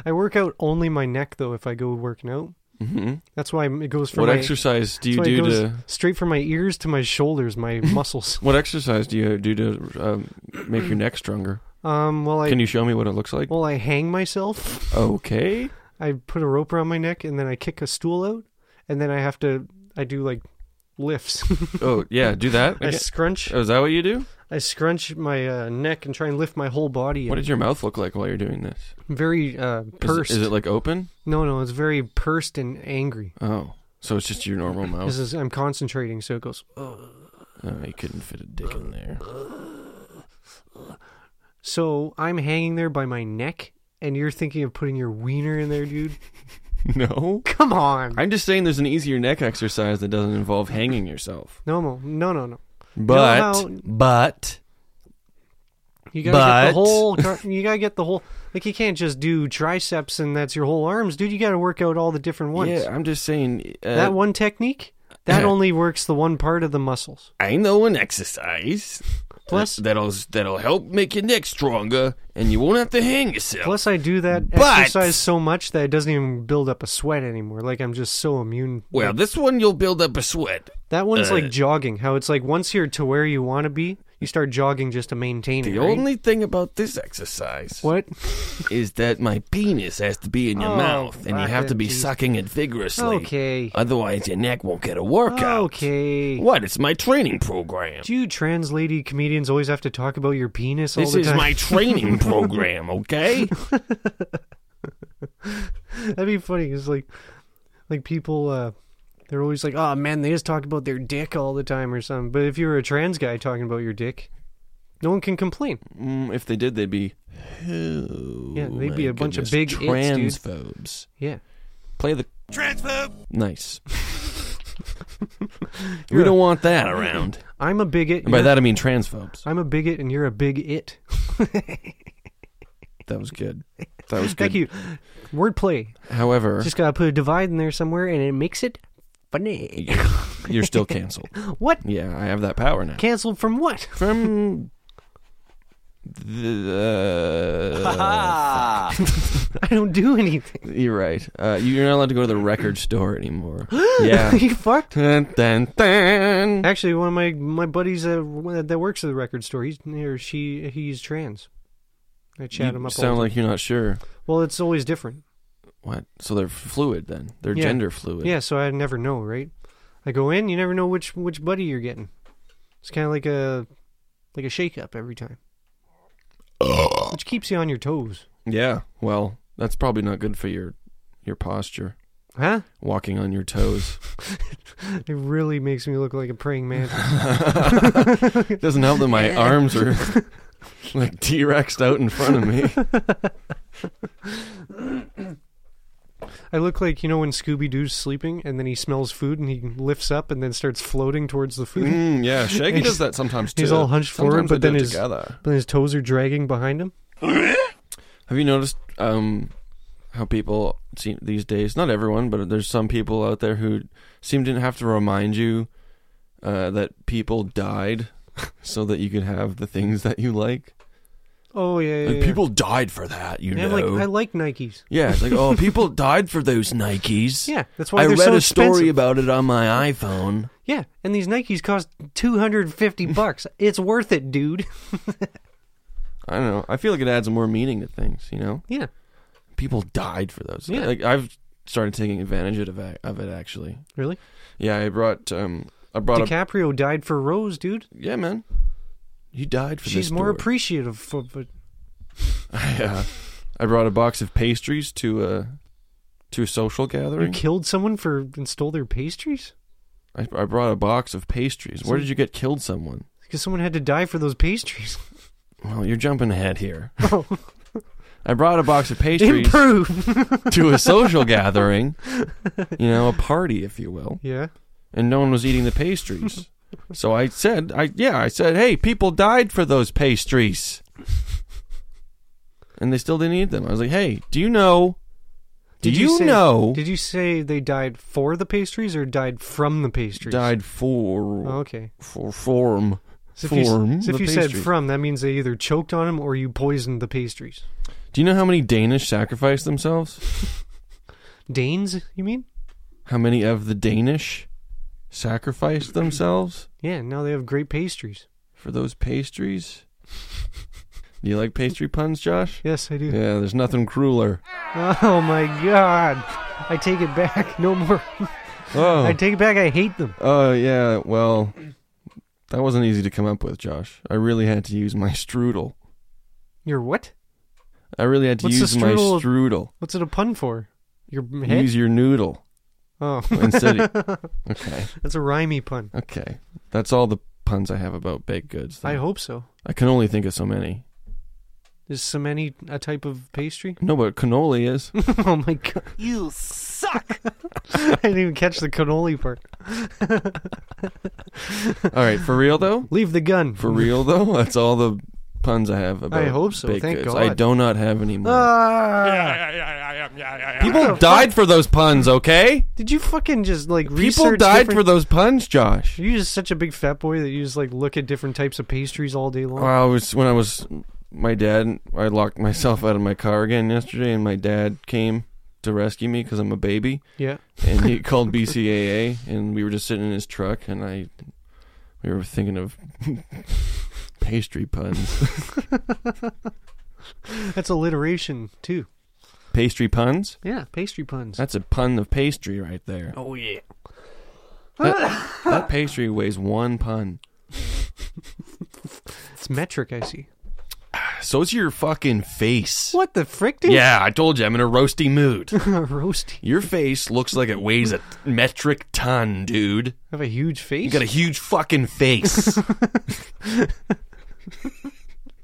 Speaker 4: I work out only my neck though. If I go working out, That's why it goes from
Speaker 5: Mm-hmm. What
Speaker 4: my,
Speaker 5: exercise do
Speaker 4: that's
Speaker 5: you
Speaker 4: why it
Speaker 5: do
Speaker 4: goes
Speaker 5: to?
Speaker 4: straight from my ears to my shoulders, my muscles.
Speaker 5: What exercise do you do to um, make your neck stronger?
Speaker 4: Um, well, I
Speaker 5: Can you show me what it looks like?
Speaker 4: well I hang myself.
Speaker 5: Okay.
Speaker 4: I put a rope around my neck and then I kick a stool out, and then I have to I do like lifts.
Speaker 5: Oh yeah, do that.
Speaker 4: I
Speaker 5: again.
Speaker 4: scrunch
Speaker 5: Oh, is that what you do?
Speaker 4: I scrunch my uh, neck and try and lift my whole body.
Speaker 5: What
Speaker 4: What is
Speaker 5: does your mouth look like while you're doing this?
Speaker 4: very uh,
Speaker 5: Is it-
Speaker 4: pursed.
Speaker 5: Is, it like open?
Speaker 4: no, no, it's very pursed and angry.
Speaker 5: Oh, so it's just your normal mouth.
Speaker 4: This is I'm concentrating, so it goes.
Speaker 5: oh, you couldn't fit a dick in there.
Speaker 4: So I'm hanging there by my neck, and you're thinking of putting your wiener in there, dude.
Speaker 5: No.
Speaker 4: Come on.
Speaker 5: I'm just saying there's an easier neck exercise that doesn't involve hanging yourself.
Speaker 4: No, no, no, no, no.
Speaker 5: But
Speaker 4: how-
Speaker 5: but
Speaker 4: You gotta get the
Speaker 5: But-
Speaker 4: whole. car- You gotta get the whole. Like you can't just do triceps and that's your whole arms, dude. You gotta work out all the different ones.
Speaker 5: yeah, I'm just saying uh,
Speaker 4: that one technique that only works the one part of the muscles.
Speaker 5: I know an exercise
Speaker 4: Plus,
Speaker 5: that'll that'll help make your neck stronger and you won't have to hang yourself.
Speaker 4: plus I do that
Speaker 5: But-
Speaker 4: exercise so much that it doesn't even build up a sweat anymore. Like I'm just so immune.
Speaker 5: well, this one you'll build up a sweat.
Speaker 4: That one's
Speaker 5: Uh,
Speaker 4: like jogging. How it's like once you're to where you want to be, you start jogging just to maintain
Speaker 5: The
Speaker 4: it. right?
Speaker 5: only thing about this exercise
Speaker 4: what?
Speaker 5: is that my penis has to be in your
Speaker 4: Oh,
Speaker 5: mouth and you have to
Speaker 4: fucking
Speaker 5: be
Speaker 4: Jesus.
Speaker 5: sucking it vigorously.
Speaker 4: Okay.
Speaker 5: Otherwise, your neck won't get a workout.
Speaker 4: Okay.
Speaker 5: What? It's my training program.
Speaker 4: Do you trans lady comedians always have to talk about your penis all
Speaker 5: This
Speaker 4: the
Speaker 5: is
Speaker 4: time?
Speaker 5: my training program, okay?
Speaker 4: That'd be funny. It's like, like people, uh, they're always like, "Oh man, they just talk about their dick all the time or something." But if you were a trans guy talking about your dick, no one can complain.
Speaker 5: Mm, if they did, they'd be.
Speaker 4: Yeah, they'd
Speaker 5: my
Speaker 4: be a bunch of
Speaker 5: goodness,
Speaker 4: big its, dude.
Speaker 5: transphobes.
Speaker 4: Yeah,
Speaker 5: Play the
Speaker 7: Transphobe!
Speaker 5: nice. we don't want that around.
Speaker 4: I'm a bigot.
Speaker 5: And by
Speaker 4: you're-
Speaker 5: that I mean transphobes.
Speaker 4: I'm a bigot, and you're a big it.
Speaker 5: That was good. That was
Speaker 4: Thank
Speaker 5: good.
Speaker 4: you. Wordplay.
Speaker 5: However,
Speaker 4: Just gotta put a divide in there somewhere, and it makes it funny.
Speaker 5: you're still canceled.
Speaker 4: What?
Speaker 5: Yeah, I have that power now.
Speaker 4: Cancelled from what?
Speaker 5: From the
Speaker 4: I don't do anything.
Speaker 5: uh, you're right. Uh, you're not allowed to go to the record store anymore. yeah.
Speaker 4: you fucked.
Speaker 5: Dun, dun, dun.
Speaker 4: Actually, one of my my buddies uh, that works at the record store, he's or she he's trans. I chat him
Speaker 5: You
Speaker 4: up. all
Speaker 5: sound
Speaker 4: the
Speaker 5: like you're not sure.
Speaker 4: time. well, it's always different.
Speaker 5: What? So they're fluid then. They're
Speaker 4: Yeah.
Speaker 5: gender fluid.
Speaker 4: Yeah, so I never know, right? I go in, you never know which which buddy you're getting. It's kind of like a like a shake up every time, which keeps you on your toes,
Speaker 5: Yeah. Well, that's probably not good for your your posture.
Speaker 4: huh?
Speaker 5: Walking on your toes
Speaker 4: It really makes me look like a praying mantis.
Speaker 5: it doesn't help that my arms are like T-rexed out in front of me.
Speaker 4: I look like you know when Scooby Doo's sleeping and then he smells food and he lifts up and then starts floating towards the food.
Speaker 5: Mm, yeah, Shaggy
Speaker 4: He's-
Speaker 5: does that sometimes too.
Speaker 4: he's all hunched forward,
Speaker 5: Sometimes
Speaker 4: but
Speaker 5: they do
Speaker 4: then
Speaker 5: it
Speaker 4: his-
Speaker 5: together.
Speaker 4: But his toes are dragging behind him.
Speaker 5: Have you noticed um, how people see these days? Not everyone, but there's some people out there who seem to have to remind you uh, that people died so that you could have the things that you like.
Speaker 4: Oh yeah, yeah,
Speaker 5: Like,
Speaker 4: yeah.
Speaker 5: people died for that, you
Speaker 4: Yeah,
Speaker 5: know.
Speaker 4: like I like Nikes.
Speaker 5: yeah, it's like oh, people died for those Nikes.
Speaker 4: Yeah, that's why
Speaker 5: I
Speaker 4: they're
Speaker 5: read
Speaker 4: so
Speaker 5: a story
Speaker 4: expensive.
Speaker 5: about it on my iPhone.
Speaker 4: Yeah, and these Nikes cost 250 bucks. it's worth it, dude.
Speaker 5: I don't know. I feel like it adds more meaning to things, you know.
Speaker 4: yeah.
Speaker 5: people died for those.
Speaker 4: Yeah.
Speaker 5: Like I've started taking advantage of it, of it actually.
Speaker 4: Really?
Speaker 5: Yeah, I brought um I brought a
Speaker 4: DiCaprio died for Rose, dude.
Speaker 5: Yeah, man. You died for
Speaker 4: She's
Speaker 5: this
Speaker 4: more
Speaker 5: story.
Speaker 4: appreciative for for-
Speaker 5: yeah. I brought a box of pastries to a to a social
Speaker 4: you
Speaker 5: gathering.
Speaker 4: killed someone for and stole their pastries?
Speaker 5: I, I brought a box of pastries. Where did you get killed someone?
Speaker 4: Because someone had to die for those pastries.
Speaker 5: Well, you're jumping ahead here.
Speaker 4: Oh.
Speaker 5: I brought a box of pastries
Speaker 4: Improve.
Speaker 5: to a social gathering, you know, a party, if you will.
Speaker 4: yeah.
Speaker 5: and no one was eating the pastries. so I said, I yeah, I said, hey, people died for those pastries, and they still didn't eat them. I was like, hey, do you know? Do you,
Speaker 4: say,
Speaker 5: know?
Speaker 4: Did you say they died for the pastries or died from the pastries?
Speaker 5: died for
Speaker 4: Oh, okay.
Speaker 5: for form
Speaker 4: So if
Speaker 5: form.
Speaker 4: you, so if
Speaker 5: the
Speaker 4: you said
Speaker 5: pastry.
Speaker 4: from, that means they either choked on them or you poisoned the pastries.
Speaker 5: do you know how many Danish sacrificed themselves?
Speaker 4: Danes, you mean?
Speaker 5: how many of the Danish sacrificed themselves
Speaker 4: Yeah, now they have great pastries.
Speaker 5: for those pastries? Do you like pastry puns, Josh?
Speaker 4: Yes, I do.
Speaker 5: Yeah, there's nothing crueler.
Speaker 4: Oh my god. I take it back. No more.
Speaker 5: Oh,
Speaker 4: I take it back. I hate them.
Speaker 5: Oh yeah, well, that wasn't easy to come up with, Josh. I really had to use my strudel.
Speaker 4: Your what?
Speaker 5: I really had to
Speaker 4: What's the
Speaker 5: use my
Speaker 4: strudel?
Speaker 5: strudel.
Speaker 4: What's it a pun for? Your m- head?
Speaker 5: Use your noodle
Speaker 4: oh,
Speaker 5: instead. of- okay,
Speaker 4: that's a rhymey pun.
Speaker 5: okay, that's all the puns I have about baked goods.
Speaker 4: I
Speaker 5: I,
Speaker 4: hope so.
Speaker 5: I can only think of so many.
Speaker 4: Is semeni a type of pastry?
Speaker 5: No, but cannoli is.
Speaker 4: oh my god.
Speaker 7: You suck!
Speaker 4: I didn't even catch the cannoli part.
Speaker 5: all right, for real though.
Speaker 4: Leave the gun.
Speaker 5: For real though, that's all the puns I have about.
Speaker 4: I hope so,
Speaker 5: baked
Speaker 4: thank
Speaker 5: goods. I
Speaker 4: God.
Speaker 5: do not have any more.
Speaker 4: Ah,
Speaker 5: People died for those puns. Okay,
Speaker 4: did you fucking just like
Speaker 5: people
Speaker 4: research
Speaker 5: died
Speaker 4: different-
Speaker 5: for those puns, Josh.
Speaker 4: Are you just such a big fat boy that you just like look at different types of pastries all day long?
Speaker 5: Well, I was when I was my dad. I locked myself out of my car again yesterday, and my dad came to rescue me because I'm a baby,
Speaker 4: yeah.
Speaker 5: and he called BCAA, and we were just sitting in his truck, and I we were thinking of pastry puns,
Speaker 4: That's alliteration too.
Speaker 5: pastry puns.
Speaker 4: Yeah, pastry puns.
Speaker 5: That's a pun of pastry right there.
Speaker 4: oh yeah.
Speaker 5: That pastry weighs one pun.
Speaker 4: It's metric, I see.
Speaker 5: So's your fucking face.
Speaker 4: What the frick, dude?
Speaker 5: Yeah, I told you I'm in a roasty mood.
Speaker 4: Roasty.
Speaker 5: Your face looks like it weighs a metric ton, dude.
Speaker 4: I have a huge face.
Speaker 5: You got a huge fucking face.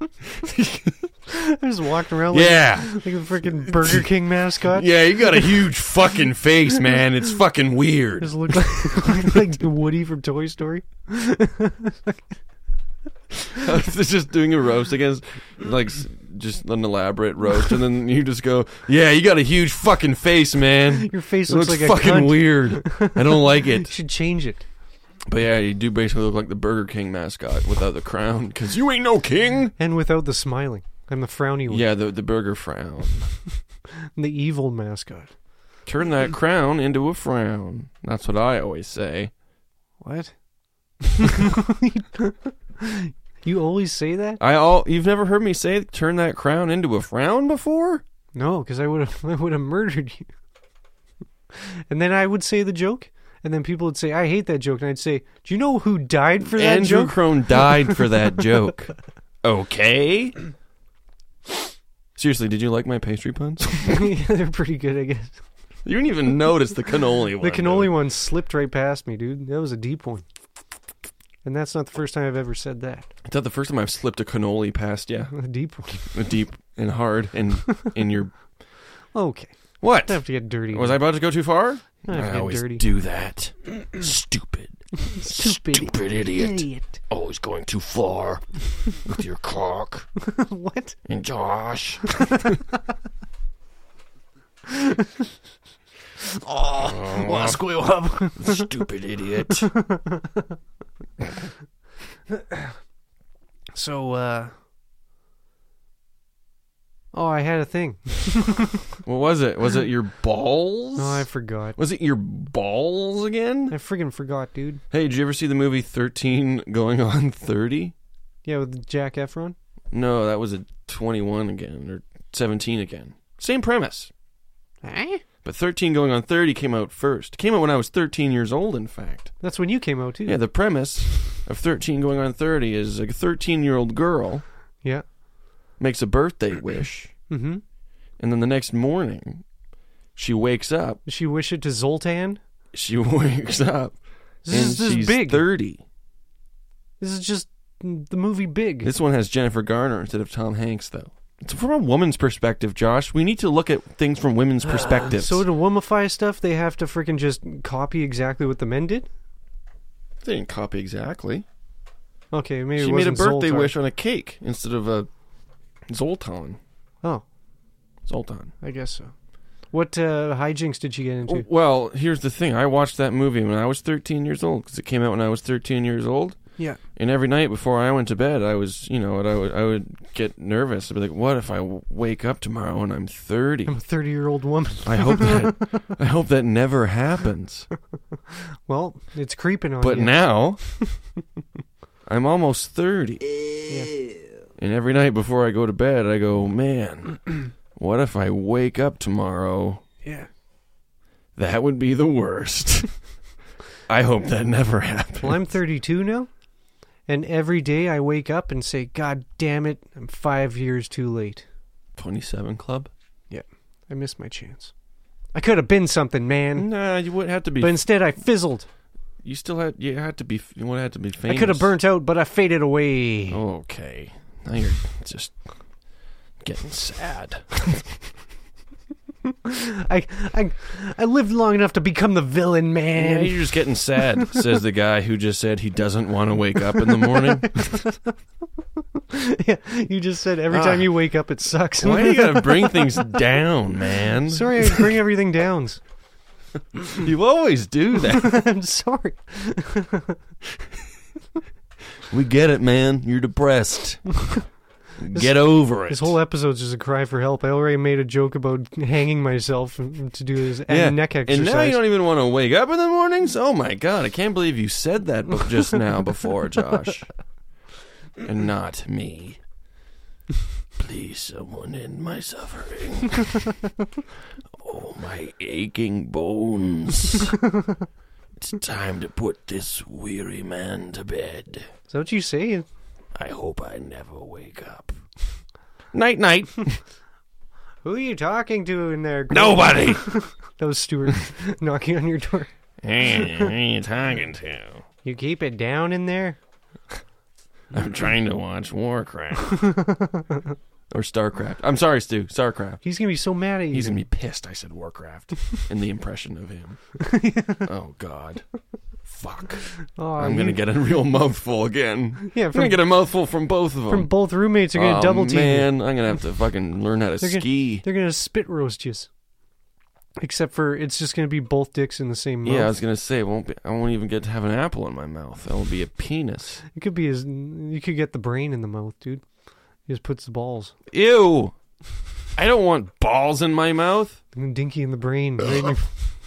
Speaker 4: I just walked around like,
Speaker 5: yeah.
Speaker 4: like a freaking Burger King mascot.
Speaker 5: Yeah, you got a huge fucking face, man. It's fucking weird.
Speaker 4: Just look like, look like Woody from Toy Story.
Speaker 5: it's just doing a roast against, like, s- just an elaborate roast, and then you just go, "Yeah, you got a huge fucking face, man.
Speaker 4: Your face
Speaker 5: It
Speaker 4: looks,
Speaker 5: looks,
Speaker 4: like
Speaker 5: fucking
Speaker 4: a cunt.
Speaker 5: weird. I don't like
Speaker 4: You
Speaker 5: it."
Speaker 4: should change it.
Speaker 5: But yeah, you do basically look like the Burger King mascot without the crown, because you ain't no king.
Speaker 4: And without the smiling. I'm the frowny one.
Speaker 5: Yeah, the the burger frown.
Speaker 4: I'm the evil mascot.
Speaker 5: Turn that crown into a frown. That's what I always say.
Speaker 4: What? you always say that?
Speaker 5: I all you've never heard me say turn that crown into a frown before?
Speaker 4: No, because I would have I would have murdered you. And then I would say the joke, and then people would say, "I hate that joke," and I'd say, "Do you know who died for that
Speaker 5: Andrew
Speaker 4: joke?"
Speaker 5: Crone died for that joke. Okay. Seriously, did you like my pastry puns?
Speaker 4: yeah, they're pretty good, I guess.
Speaker 5: you didn't even notice the cannoli one.
Speaker 4: The cannoli one slipped right past me, dude. That was a deep one. And that's not the first time I've ever said that.
Speaker 5: Is that the first time I've slipped a cannoli past Yeah,
Speaker 4: A deep one.
Speaker 5: Deep and hard and in your
Speaker 4: Okay.
Speaker 5: What?
Speaker 4: I have to get dirty.
Speaker 5: Was I about to go too far?
Speaker 4: I have to
Speaker 5: I
Speaker 4: get
Speaker 5: always
Speaker 4: dirty.
Speaker 5: do that. Stupid.
Speaker 4: Stupid,
Speaker 5: Stupid idiot.
Speaker 4: idiot.
Speaker 5: Always going too far with your cock
Speaker 4: what?
Speaker 5: and Josh.
Speaker 7: Wanna squeal up?
Speaker 5: Stupid idiot.
Speaker 4: So, uh. Oh, I had a thing.
Speaker 5: What was it? Was it your balls?
Speaker 4: No, I forgot.
Speaker 5: Was it your balls again?
Speaker 4: I friggin' forgot, dude.
Speaker 5: Hey, did you ever see the movie 13 going on 30?
Speaker 4: Yeah, with Jack Efron.
Speaker 5: No, that was a 21 again or 17 again. Same premise.
Speaker 4: Eh?
Speaker 5: But 13 going on 30 came out first. Came out when I was 13 years old, in fact.
Speaker 4: That's when you came out, too.
Speaker 5: Yeah, the premise of 13 going on 30 is a 13 year old girl
Speaker 4: yeah.
Speaker 5: makes a birthday wish,
Speaker 4: Mhm.
Speaker 5: and then the next morning she wakes up.
Speaker 4: Did she wish it to Zoltan?
Speaker 5: She wakes up.
Speaker 4: This is-
Speaker 5: and
Speaker 4: this is
Speaker 5: she's
Speaker 4: big.
Speaker 5: 30.
Speaker 4: This is just the movie Big.
Speaker 5: This one has Jennifer Garner instead of Tom Hanks, though. It's from a woman's perspective, Josh. We need to look at things from women's perspectives.
Speaker 4: Ah, So to womify stuff, they have to freaking just copy exactly what the men did.
Speaker 5: they didn't copy exactly.
Speaker 4: Okay, maybe
Speaker 5: she
Speaker 4: it
Speaker 5: made a
Speaker 4: wasn't
Speaker 5: birthday
Speaker 4: Zoltar.
Speaker 5: wish on a cake instead of a Zoltan.
Speaker 4: Oh,
Speaker 5: Zoltan.
Speaker 4: I guess so. What uh, hijinks did she get into?
Speaker 5: Well, here's the thing. I watched that movie when I was 13 years old because it came out when I was 13 years old.
Speaker 4: Yeah.
Speaker 5: And every night before I went to bed, I was, you know, what I would, I would get nervous. I'd be like, "What if I w- wake up tomorrow and I'm 30?
Speaker 4: I'm a 30 year old woman.
Speaker 5: I hope that, I hope that never happens.
Speaker 4: Well, it's creeping on
Speaker 5: But
Speaker 4: you.
Speaker 5: now, I'm almost 30. And every night before I go to bed, I go, man, what if I wake up tomorrow?
Speaker 4: yeah.
Speaker 5: That would be the worst. I hope that never happens.
Speaker 4: Well, I'm 32 now, and every day I wake up and say, "God damn it, I'm five years too late."
Speaker 5: 27 Club?
Speaker 4: Yeah, I missed my chance. I could have been something, man,
Speaker 5: Nah, you would have to be.
Speaker 4: but instead I fizzled.
Speaker 5: you still had. You had to be. You would have to be
Speaker 4: I
Speaker 5: famous. Oh.
Speaker 4: could have burnt out, but I faded away.
Speaker 5: Okay. Now you're just getting sad.
Speaker 4: I, I, I lived long enough to become the villain,
Speaker 5: Yeah,
Speaker 4: man.
Speaker 5: you're just getting sad, says the guy who just said he doesn't want to wake up in the morning.
Speaker 4: Yeah, you just said every
Speaker 5: Ah.
Speaker 4: time you wake up it sucks.
Speaker 5: Why do you gotta bring things down, man?
Speaker 4: sorry, I bring everything down.
Speaker 5: You always do that.
Speaker 4: I'm sorry.
Speaker 5: we get it, man. You're depressed. get over it.
Speaker 4: This whole episode's just a cry for help. I already made a joke about hanging myself to do this
Speaker 5: yeah.
Speaker 4: neck exercise.
Speaker 5: And now you don't even want to wake up in the mornings? Oh my god, I can't believe you said that bu- just now before, Josh. And not me. Please, someone end my suffering. oh, my aching bones. it's time to put this weary man to bed.
Speaker 4: Is that what you say?
Speaker 5: I hope I never wake up. Night, night.
Speaker 4: Who are you talking to in there? Gr-
Speaker 5: Nobody.
Speaker 4: That was Stuart knocking on your door.
Speaker 5: hey, who are you talking to?
Speaker 4: You keep it down in there?
Speaker 5: I'm trying to watch Warcraft. or StarCraft. I'm sorry, Stu. StarCraft.
Speaker 4: He's going to be so mad at you.
Speaker 5: He's going to be pissed I said Warcraft and the impression of him. oh, God. Fuck.
Speaker 4: oh,
Speaker 5: I'm going to get a real mouthful again.
Speaker 4: Yeah,
Speaker 5: I'm
Speaker 4: from-
Speaker 5: going to get a mouthful from both of them.
Speaker 4: From both roommates are going to
Speaker 5: oh,
Speaker 4: double team you.
Speaker 5: man. I'm going to have to fucking learn how to
Speaker 4: They're gonna-
Speaker 5: ski.
Speaker 4: They're going to spit roast you. Except for it's just going to be both dicks in the same mouth.
Speaker 5: yeah, I was gonna say, it won't be, I won't even get to have an apple in my mouth. I will be a penis.
Speaker 4: It could be his. You could get the brain in the mouth, dude. He just puts the balls.
Speaker 5: Ew! I don't want balls in my mouth.
Speaker 4: Dinky in the brain. right in your-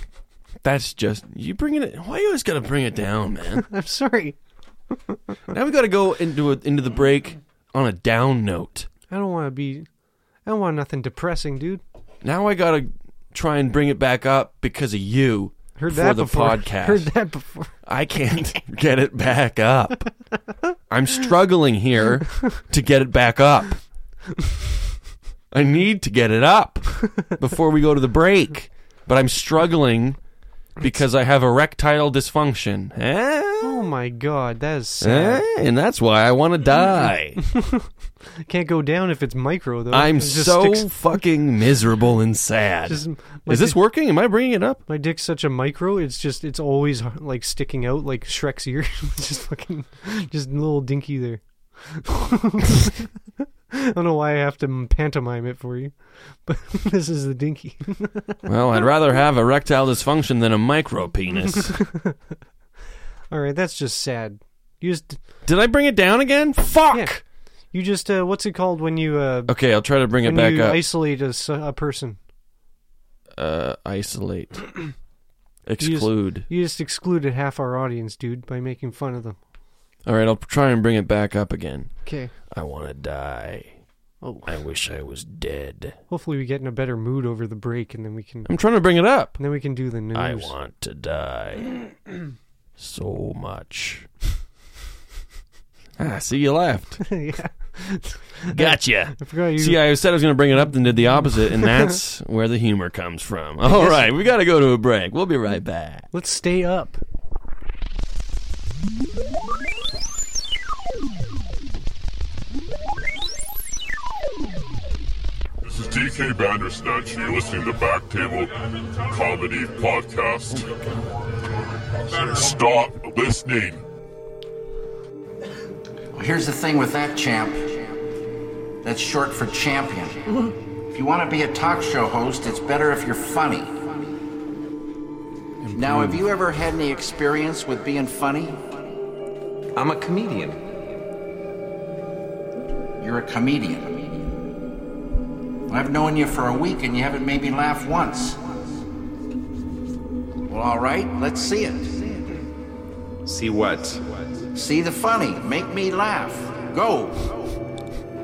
Speaker 5: That's just you bringing it. Why you always gotta bring it down, man?
Speaker 4: I'm sorry.
Speaker 5: Now we got to go into a, into the break on a down note.
Speaker 4: I don't want to be. I don't want nothing depressing, dude.
Speaker 5: Now I got to try and bring it back up because of you
Speaker 4: Heard
Speaker 5: for
Speaker 4: that
Speaker 5: the
Speaker 4: before.
Speaker 5: podcast.
Speaker 4: Heard that before.
Speaker 5: I can't get it back up. I'm struggling here to get it back up. I need to get it up before we go to the break, but I'm struggling because I have erectile dysfunction. Eh?
Speaker 4: Oh my god, that is sad.
Speaker 5: Eh? And that's why I want to die.
Speaker 4: Can't go down if it's micro though.
Speaker 5: I'm
Speaker 4: It just
Speaker 5: so
Speaker 4: sticks-
Speaker 5: fucking miserable and sad.
Speaker 4: just- my
Speaker 5: Is this
Speaker 4: dick-
Speaker 5: working? Am I bringing it up?
Speaker 4: My dick's such a micro. It's just it's always uh, like sticking out like Shrek's ear. It's just fucking just a little dinky there. I don't know why I have to pantomime it for you, but this is the dinky.
Speaker 5: Well, I'd rather have erectile dysfunction than a micro penis.
Speaker 4: All right, that's just sad. You just
Speaker 5: Did I bring it down again? Fuck.
Speaker 4: yeah. You just uh, what's it called when you uh
Speaker 5: Okay, I'll try to bring it
Speaker 4: when
Speaker 5: back
Speaker 4: you
Speaker 5: up.
Speaker 4: isolate a, s- a person?
Speaker 5: uh, isolate, exclude.
Speaker 4: You just excluded half our audience, dude, by making fun of them.
Speaker 5: All right, I'll try and bring it back up again.
Speaker 4: Okay.
Speaker 5: I want to die.
Speaker 4: Oh.
Speaker 5: I wish I was dead.
Speaker 4: Hopefully we get in a better mood over the break, and then we can
Speaker 5: I'm trying to bring it up.
Speaker 4: and then we can do the news.
Speaker 5: I want to die so much. Ah, see, you laughed.
Speaker 4: yeah,
Speaker 5: Gotcha.
Speaker 4: I forgot you.
Speaker 5: See, I said I was going to bring it up, then did the opposite, and that's where the humor comes from. All right, we got to go to a break. We'll be right back.
Speaker 4: Let's stay up.
Speaker 8: This is DK Bandersnatch, and you're listening to Back Table Comedy Podcast. Stop listening.
Speaker 9: Well, here's the thing with that champ. That's short for champion. If you want to be a talk show host, it's better if you're funny. Now, have you ever had any experience with being funny?
Speaker 10: I'm a comedian.
Speaker 9: You're a comedian. I've known you for a week and you haven't made me laugh once. Well, all right, let's see it.
Speaker 10: See what?
Speaker 9: See the funny. Make me laugh. Go.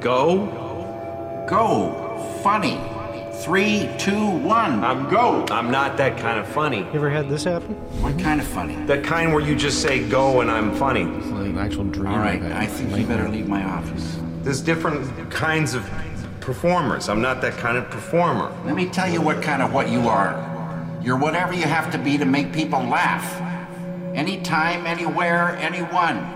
Speaker 10: Go?
Speaker 9: Go. Funny. Three, two, one.
Speaker 10: I'm
Speaker 9: go.
Speaker 10: I'm not that kind of funny.
Speaker 4: You ever had this happen?
Speaker 9: What kind of funny?
Speaker 10: The kind where you just say go and I'm funny.
Speaker 5: It's like an actual dream.
Speaker 9: All right,
Speaker 5: I've had.
Speaker 9: I think you
Speaker 5: Like-
Speaker 9: better leave my office.
Speaker 10: There's different kinds of performers. I'm not that kind of performer.
Speaker 9: Let me tell you what kind of what you are. You're whatever you have to be to make people laugh. Anytime, anywhere, anyone.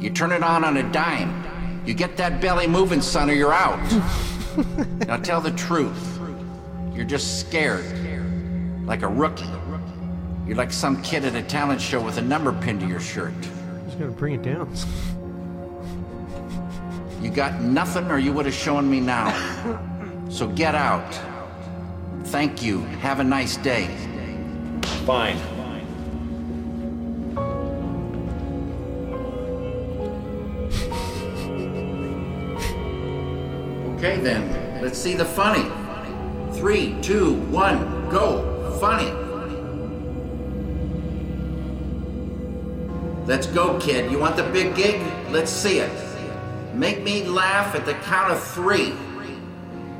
Speaker 9: You turn it on on a dime. You get that belly moving, son, or you're out. now tell the truth. You're just scared. Like a rookie. You're like some kid at a talent show with a number pinned to your shirt.
Speaker 4: Just gotta bring it down.
Speaker 9: You got nothing, or you would have shown me now. so get out. Thank you. Have a nice day.
Speaker 10: Fine.
Speaker 9: Okay then, let's see the funny. Three, two, one, go. Funny. Let's go, kid. You want the big gig? Let's see it. Make me laugh at the count of three.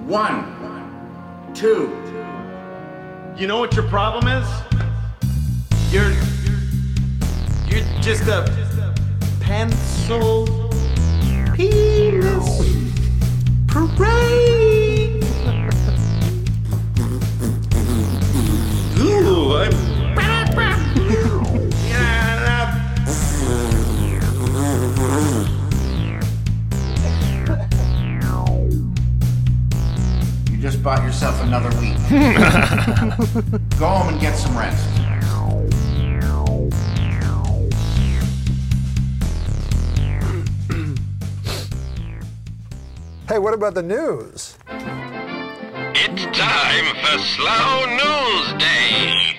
Speaker 9: One, two.
Speaker 11: You know what your problem is? You're you're just a pencil penis parade. Ooh, I'm. Yeah,
Speaker 9: You just bought yourself another week. go home and get some rest.
Speaker 12: Hey, what about the news?
Speaker 13: It's time for Slow News Day.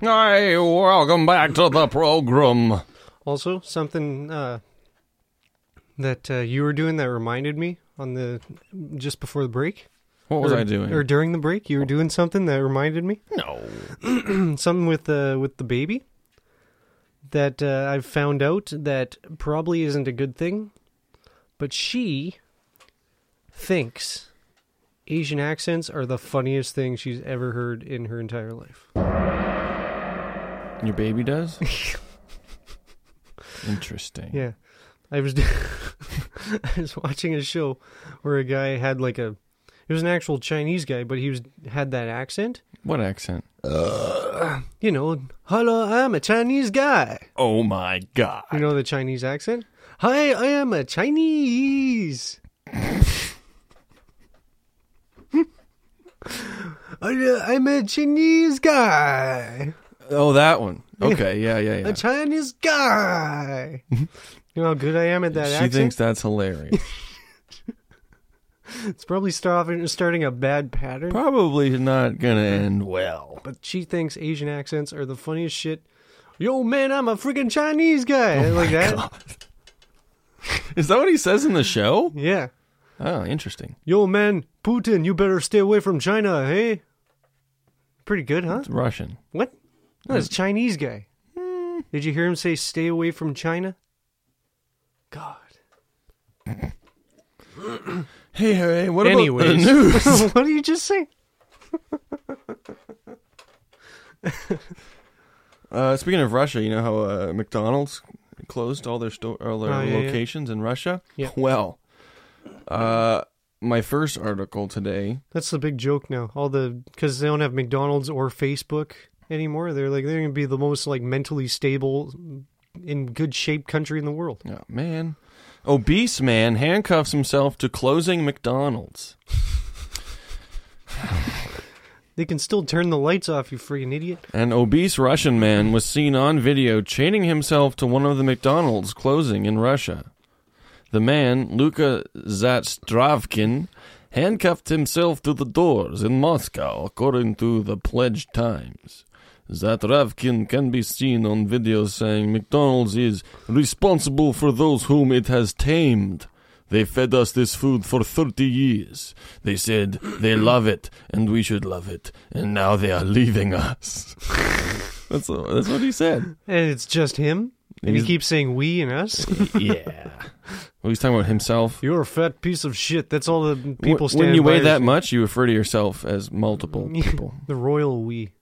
Speaker 5: Hey, welcome back to the program.
Speaker 4: Also, something uh, that uh, you were doing that reminded me on the just before the break.
Speaker 5: What was
Speaker 4: Or-
Speaker 5: I doing?
Speaker 4: Or during the break, you were doing something that reminded me. No, something with the with the baby. That uh, I've found out that probably isn't a good thing, but she thinks Asian accents are the funniest thing she's ever heard in her entire life.
Speaker 5: Your baby does? Interesting.
Speaker 4: Yeah, I was I was watching a show where a guy had like a it was an actual Chinese guy, but he was had that accent.
Speaker 5: What accent?
Speaker 4: You know, hello, I'm a Chinese guy.
Speaker 5: Oh my god.
Speaker 4: You know the Chinese accent. Hi, I am a Chinese. I- I'm a Chinese guy.
Speaker 5: Oh, that one. Okay, yeah, yeah, yeah.
Speaker 4: A Chinese guy. you know how good I am at that
Speaker 5: she
Speaker 4: accent.
Speaker 5: thinks that's hilarious.
Speaker 4: It's probably starting starting a bad pattern.
Speaker 5: Probably not gonna end well.
Speaker 4: but she thinks Asian accents are the funniest shit. Yo, man, I'm a freaking Chinese guy. like that.
Speaker 5: Is that what he says in the show?
Speaker 4: Yeah.
Speaker 5: Oh, interesting.
Speaker 4: Yo, man, Putin, you better stay away from China, hey? Pretty good, huh?
Speaker 5: It's Russian.
Speaker 4: What? No, it's Chinese guy. Did you hear him say, stay away from China? God.
Speaker 5: Hey, hey, what
Speaker 4: Anyways,
Speaker 5: about the news?
Speaker 4: what do you just say?
Speaker 5: Uh, speaking of Russia, you know how uh, McDonald's closed all their sto- all their
Speaker 4: Oh, yeah, yeah.
Speaker 5: locations in Russia.
Speaker 4: Yeah.
Speaker 5: Well, uh, my first article today.
Speaker 4: That's the big joke now. All the because they don't have McDonald's or Facebook anymore. They're like they're gonna be the most like mentally stable, in good shape country in the world.
Speaker 5: Oh man, obese man handcuffs himself to closing McDonald's.
Speaker 4: They can still turn the lights off, you freaking idiot.
Speaker 5: An obese Russian man was seen on video chaining himself to one of the McDonald's closing in Russia. The man, Luka Zatstravkin, handcuffed himself to the doors in Moscow, according to the Pledge Times. that Ravkin can be seen on video saying McDonald's is responsible for those whom it has tamed. They fed us this food for 30 years. They said they love it and we should love it. And now they are leaving us. that's, that's what he said.
Speaker 4: And it's just him? And he
Speaker 5: He's-
Speaker 4: keeps saying we and us?
Speaker 5: yeah. Well, he's talking about himself.
Speaker 4: You're a fat piece of shit. That's all the
Speaker 5: Wh-
Speaker 4: people
Speaker 5: When
Speaker 4: standing
Speaker 5: you
Speaker 4: by
Speaker 5: weigh
Speaker 4: us-
Speaker 5: that much, you refer to yourself as multiple people.
Speaker 4: the royal we.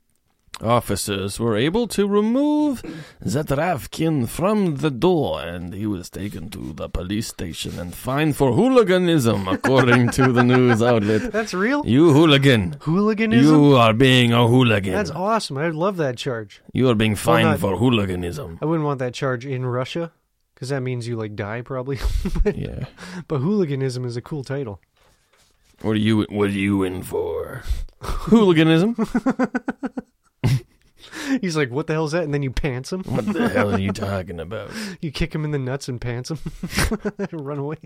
Speaker 5: Officers were able to remove Zatravkin from the door, and he was taken to the police station and fined for hooliganism, according to the news outlet.
Speaker 4: That's real?
Speaker 5: You hooligan.
Speaker 4: Hooliganism?
Speaker 5: You are being a hooligan.
Speaker 4: That's awesome. I love that charge.
Speaker 5: you are being
Speaker 4: Well,
Speaker 5: fined
Speaker 4: not-
Speaker 5: for hooliganism.
Speaker 4: I wouldn't want that charge in Russia because that means you like die probably.
Speaker 5: yeah.
Speaker 4: But hooliganism is a cool title.
Speaker 5: What are you? What are you in for? hooliganism.
Speaker 4: He's like, what the hell's that? And then you pants him.
Speaker 5: What the hell are you talking about?
Speaker 4: You kick him in the nuts and pants him. Run away.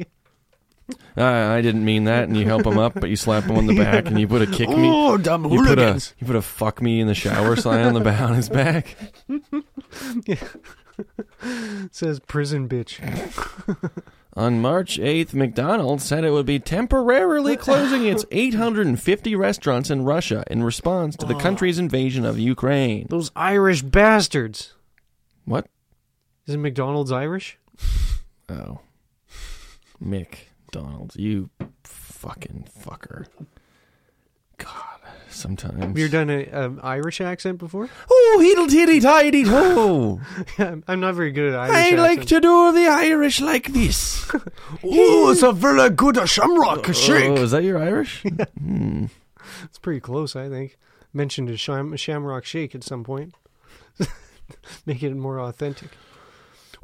Speaker 5: I, I didn't mean that, and you help him up, but you slap him on the back, and you put a kick me.
Speaker 4: Oh, dumb
Speaker 5: you put a
Speaker 4: hooligans.
Speaker 5: you put a fuck me in the shower sign on the back on his back.
Speaker 4: says prison bitch.
Speaker 5: On March 8th, McDonald's said it would be temporarily closing its 850 restaurants in Russia in response
Speaker 4: Oh.
Speaker 5: to the country's invasion of Ukraine.
Speaker 4: Those Irish bastards.
Speaker 5: What?
Speaker 4: Isn't McDonald's Irish?
Speaker 5: Oh. McDonald's, you fucking fucker. God, sometimes.
Speaker 4: Have you ever done a- an Irish accent before?
Speaker 5: Oh, heedle tiddy tidy ho!
Speaker 4: I'm I'm not very good at Irish
Speaker 5: I like
Speaker 4: accents.
Speaker 5: to do the Irish like this.
Speaker 7: Oh, it's a very good shamrock shake.
Speaker 5: Oh, is that your Irish? Hmm.
Speaker 4: It's pretty close, I think. Mentioned a sham- shamrock shake at some point. Make it more authentic.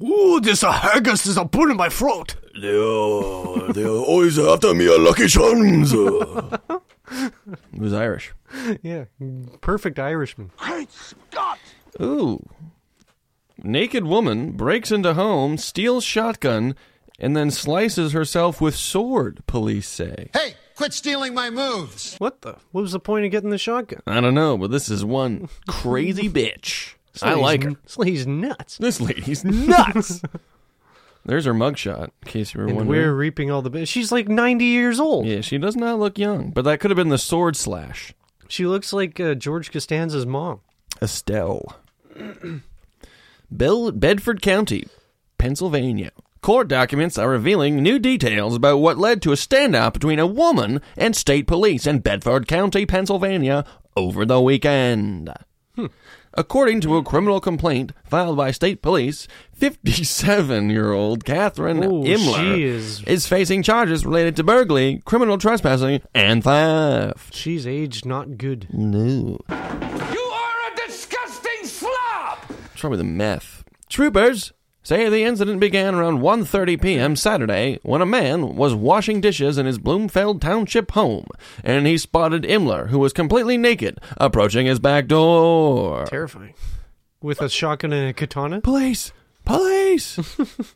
Speaker 7: Oh, this uh, haggis is a put in my throat.
Speaker 13: They are, they are always after me, a lucky charms.
Speaker 5: It was Irish.
Speaker 4: Yeah, perfect Irishman.
Speaker 5: Ooh. Naked woman breaks into home, steals shotgun, and then slices herself with sword, police say.
Speaker 14: Hey, quit stealing my moves.
Speaker 4: What the? What was the point of getting the shotgun?
Speaker 5: I don't know, but this is one crazy bitch.
Speaker 4: This
Speaker 5: I
Speaker 4: lady's
Speaker 5: like
Speaker 4: n-
Speaker 5: her.
Speaker 4: This lady's nuts.
Speaker 5: This lady's nuts. There's her mugshot, in case you were
Speaker 4: And
Speaker 5: wondering.
Speaker 4: we're reaping all the. Be- She's like 90 years old.
Speaker 5: Yeah, she does not look young, but that could have been the sword slash.
Speaker 4: She looks like uh, George Costanza's mom.
Speaker 5: Estelle. Bel- Bedford County, Pennsylvania. Court documents are revealing new details about what led to a standoff between a woman and state police in Bedford County, Pennsylvania over the weekend. According to a criminal complaint filed by state police, 57 year old Catherine
Speaker 4: Oh,
Speaker 5: Imler
Speaker 4: she is-
Speaker 5: facing charges related to burglary, criminal trespassing, and theft.
Speaker 4: She's aged not good.
Speaker 5: No.
Speaker 6: Disgusting slob!
Speaker 5: What's wrong with the meth? Troopers say the incident began around 1.30 p.m. Saturday when a man was washing dishes in his Bloomfield Township home, and he spotted Imler, who was completely naked, approaching his back door.
Speaker 4: Terrifying. With a shotgun and a katana?
Speaker 5: Police! Police!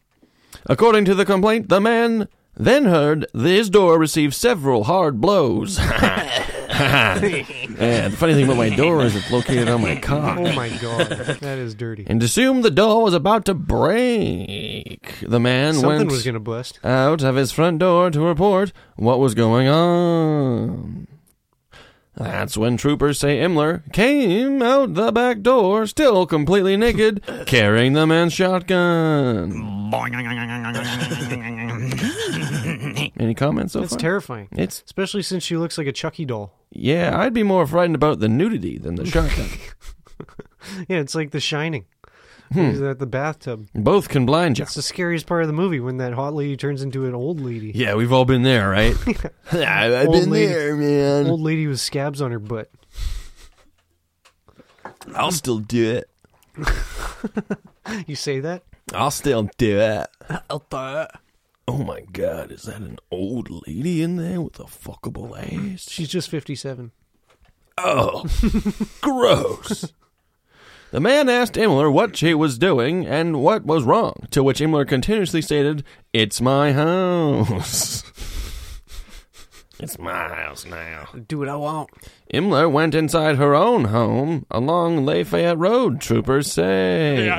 Speaker 5: According to the complaint, the man then heard his door receive several hard blows. yeah, the funny thing about my door is it's located on my cock.
Speaker 4: Oh my god. That is dirty.
Speaker 5: and assumed the door was about to break. The man
Speaker 4: Something
Speaker 5: went
Speaker 4: was gonna bust.
Speaker 5: out of his front door to report what was going on. That's when troopers say Imler came out the back door, still completely naked, carrying the man's shotgun. Any comments so
Speaker 4: That's
Speaker 5: far?
Speaker 4: terrifying.
Speaker 5: It's-
Speaker 4: Especially since she looks like a Chucky doll.
Speaker 5: Yeah, I'd be more frightened about the nudity than the shotgun.
Speaker 4: Yeah, it's like The Shining.
Speaker 5: Hmm.
Speaker 4: Is that the bathtub?
Speaker 5: Both can blind you.
Speaker 4: That's the scariest part of the movie when that hot lady turns into an old lady.
Speaker 5: Yeah, we've all been there, right? I've
Speaker 4: Old
Speaker 5: been
Speaker 4: lady-
Speaker 5: there, man.
Speaker 4: Old lady with scabs on her butt.
Speaker 5: I'll still do it.
Speaker 4: You say that?
Speaker 5: I'll still do it. I'll do it. Oh my god, is that an old lady in there with a fuckable ass?
Speaker 4: She's just 57.
Speaker 5: Oh, gross. The man asked Imler what she was doing and what was wrong, to which Imler continuously stated, It's my house. It's my house now.
Speaker 4: Do what I want.
Speaker 5: Imler went inside her own home along Lafayette Road, troopers say.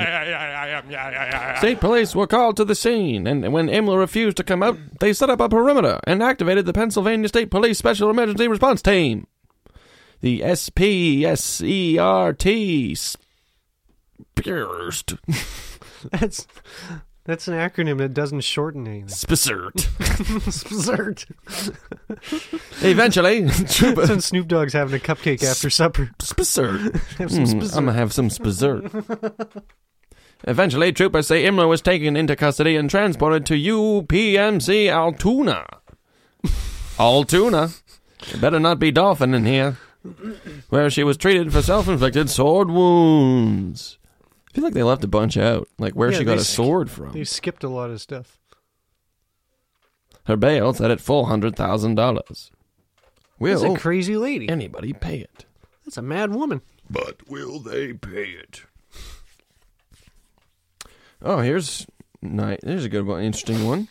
Speaker 5: State police were called to the scene, and when Imler refused to come out, they set up a perimeter and activated the Pennsylvania State Police Special Emergency Response Team. The E SPSERT. Pierced.
Speaker 4: That's that's an acronym that doesn't shorten anything.
Speaker 5: Spicert.
Speaker 4: Spicert.
Speaker 5: Eventually,
Speaker 4: That's when Snoop Dogg's having a cupcake after supper.
Speaker 5: Spicert.
Speaker 4: Have some
Speaker 5: Mm, I'm gonna have some spicert. Eventually, troopers say Imler was taken into custody and transported to UPMC Altoona. Altoona. It Better not be dolphin in here. Where she was treated for self inflicted sword wounds. I feel like they left a bunch out. Like where
Speaker 4: Yeah,
Speaker 5: she got
Speaker 4: they
Speaker 5: a
Speaker 4: sk-
Speaker 5: sword from.
Speaker 4: They skipped a lot of stuff.
Speaker 5: Her bail set at full hundred thousand
Speaker 4: That's
Speaker 5: dollars. Will
Speaker 4: a crazy lady.
Speaker 5: anybody pay it?
Speaker 4: That's a mad woman.
Speaker 5: But will they pay it? Oh, here's night. There's a good one, interesting one.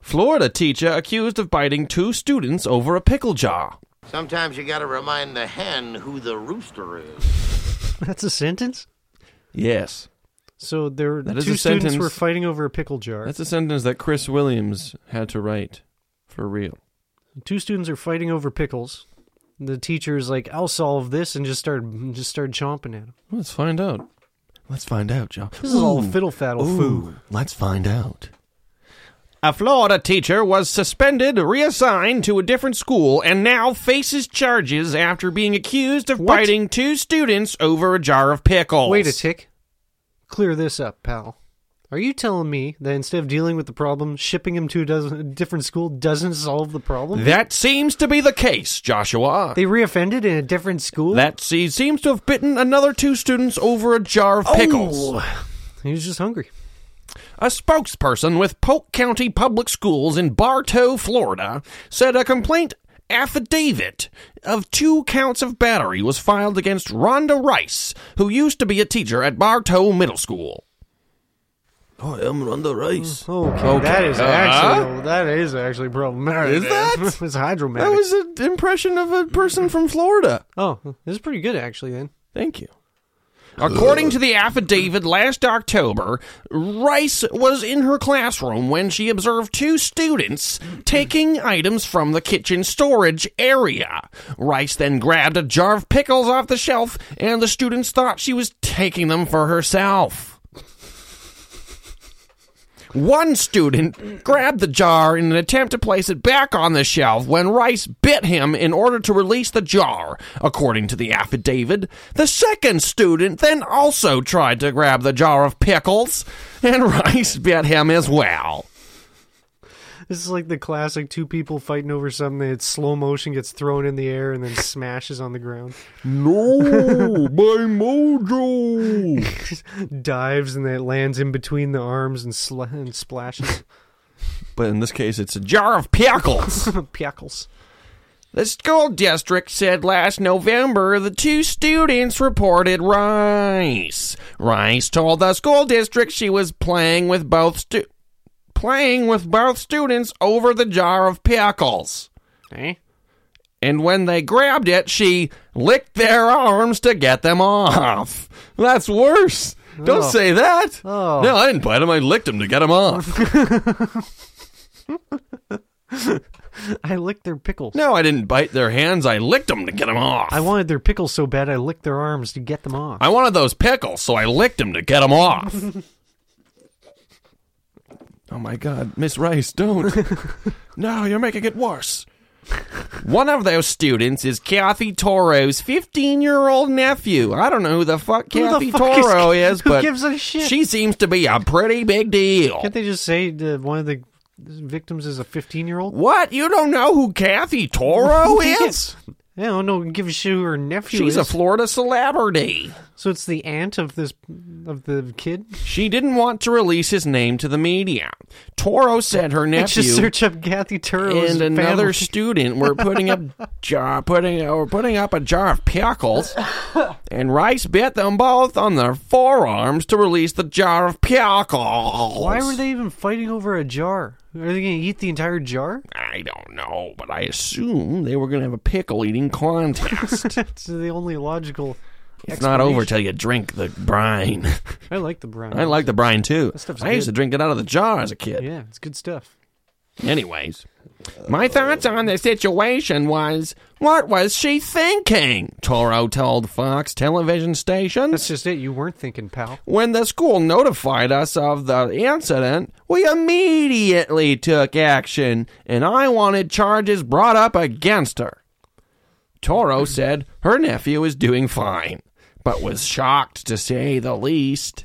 Speaker 5: Florida teacher accused of biting two students over a pickle jar.
Speaker 15: Sometimes you gotta remind the hen who the rooster is.
Speaker 4: That's a sentence.
Speaker 5: Yes,
Speaker 4: So there were
Speaker 5: That
Speaker 4: two
Speaker 5: is a
Speaker 4: students
Speaker 5: sentence.
Speaker 4: were fighting over a pickle jar.
Speaker 5: that's a sentence that Chris Williams had to write for real.
Speaker 4: two students are fighting over pickles. The teacher's like, "I'll solve this," and just started just started chomping at him.
Speaker 5: Let's find out. Let's find out, John.
Speaker 4: This is all fiddle faddle food.
Speaker 5: Let's find out. A Florida teacher was suspended, reassigned to a different school, and now faces charges after being accused of biting two students over a jar of pickles.
Speaker 4: Wait a tick. Clear this up, pal. Are you telling me that instead of dealing with the problem, shipping him to a dozen, different school doesn't solve the problem?
Speaker 5: That seems to be the case, Joshua.
Speaker 4: they reoffended in a different school.
Speaker 5: That se- seems to have bitten another two students over a jar of pickles.
Speaker 4: He was just hungry.
Speaker 5: A spokesperson with Polk County Public Schools in Bartow, Florida, said a complaint affidavit of two counts of battery was filed against Rhonda Rice, who used to be a teacher at Bartow Middle School. I am Oh, Rhonda Rice.
Speaker 4: Okay, that is actually that is actually problematic.
Speaker 5: uh-huh. Is that?
Speaker 4: it's hydromatic?
Speaker 5: That was an impression of a person from Florida.
Speaker 4: Oh, this is pretty good actually. Then
Speaker 5: Thank you. According to the affidavit last October, Rice was in her classroom when she observed two students taking items from the kitchen storage area. Rice then grabbed a jar of pickles off the shelf, and the students thought she was taking them for herself. One student grabbed the jar in an attempt to place it back on the shelf when Rice bit him in order to release the jar, according to the affidavit. The second student then also tried to grab the jar of pickles, and Rice bit him as well.
Speaker 4: this is like the classic two people fighting over something. It's slow motion, gets thrown in the air, and then smashes on the ground.
Speaker 5: No, my mojo.
Speaker 4: Dives and then it lands in between the arms and, sl- and splashes.
Speaker 5: But in this case, it's a jar of pickles.
Speaker 4: Pickles.
Speaker 5: The school district said last November the two students reported Rice. Rice told the school district she was playing with both stu- playing with both students over the jar of pickles.
Speaker 4: Eh?
Speaker 5: And when they grabbed it, she licked their arms to get them off. That's worse. Don't
Speaker 4: Oh.
Speaker 5: say that.
Speaker 4: Oh.
Speaker 5: No, I didn't bite him. I licked him to get him off.
Speaker 4: I licked their pickles.
Speaker 5: no, I didn't bite their hands. I licked them to get them off.
Speaker 4: I wanted their pickles so bad I licked their arms to get them off.
Speaker 5: I wanted those pickles, so I licked him to get them off. oh my God, Miss Rice, don't. no, you're making it worse. One of those students is Kathy Toro's 15 year old nephew. I don't know who the fuck
Speaker 4: Who the
Speaker 5: Kathy
Speaker 4: fuck is-
Speaker 5: Toro is,
Speaker 4: who
Speaker 5: but
Speaker 4: gives a shit?
Speaker 5: she seems to be a pretty big deal.
Speaker 4: Can't they just say that one of the victims is a 15 year old?
Speaker 5: What? You don't know who Kathy Toro is?
Speaker 4: I don't know. oh, Give a shit who her nephew is.
Speaker 5: She's a Florida celebrity.
Speaker 4: so it's the aunt of this of the kid.
Speaker 5: She didn't want to release his name to the media. Toro said her
Speaker 4: Let's
Speaker 5: nephew
Speaker 4: just search up Kathy Turles
Speaker 5: and another
Speaker 4: family.
Speaker 5: student were putting up jar putting uh, were putting up a jar of pickles, and Rice bit them both on their forearms to release the jar of pickles.
Speaker 4: Why were they even fighting over a jar? Are they going to eat the entire jar?
Speaker 5: I don't know, but I assume they were going to have a pickle eating contest.
Speaker 4: It's the only logical.
Speaker 5: It's not over till
Speaker 4: explanation.
Speaker 5: you drink the brine.
Speaker 4: I like the brine.
Speaker 5: I like the brine too.
Speaker 4: That stuff's
Speaker 5: I used to
Speaker 4: good.
Speaker 5: drink it out of the jar as a kid.
Speaker 4: Yeah, it's good stuff.
Speaker 5: Anyways, my thoughts on the situation was what was she thinking? Toro told Fox television station.
Speaker 4: That's just it. You weren't thinking, pal.
Speaker 5: When the school notified us of the incident, we immediately took action, and I wanted charges brought up against her. Toro said her nephew is doing fine, but was shocked to say the least,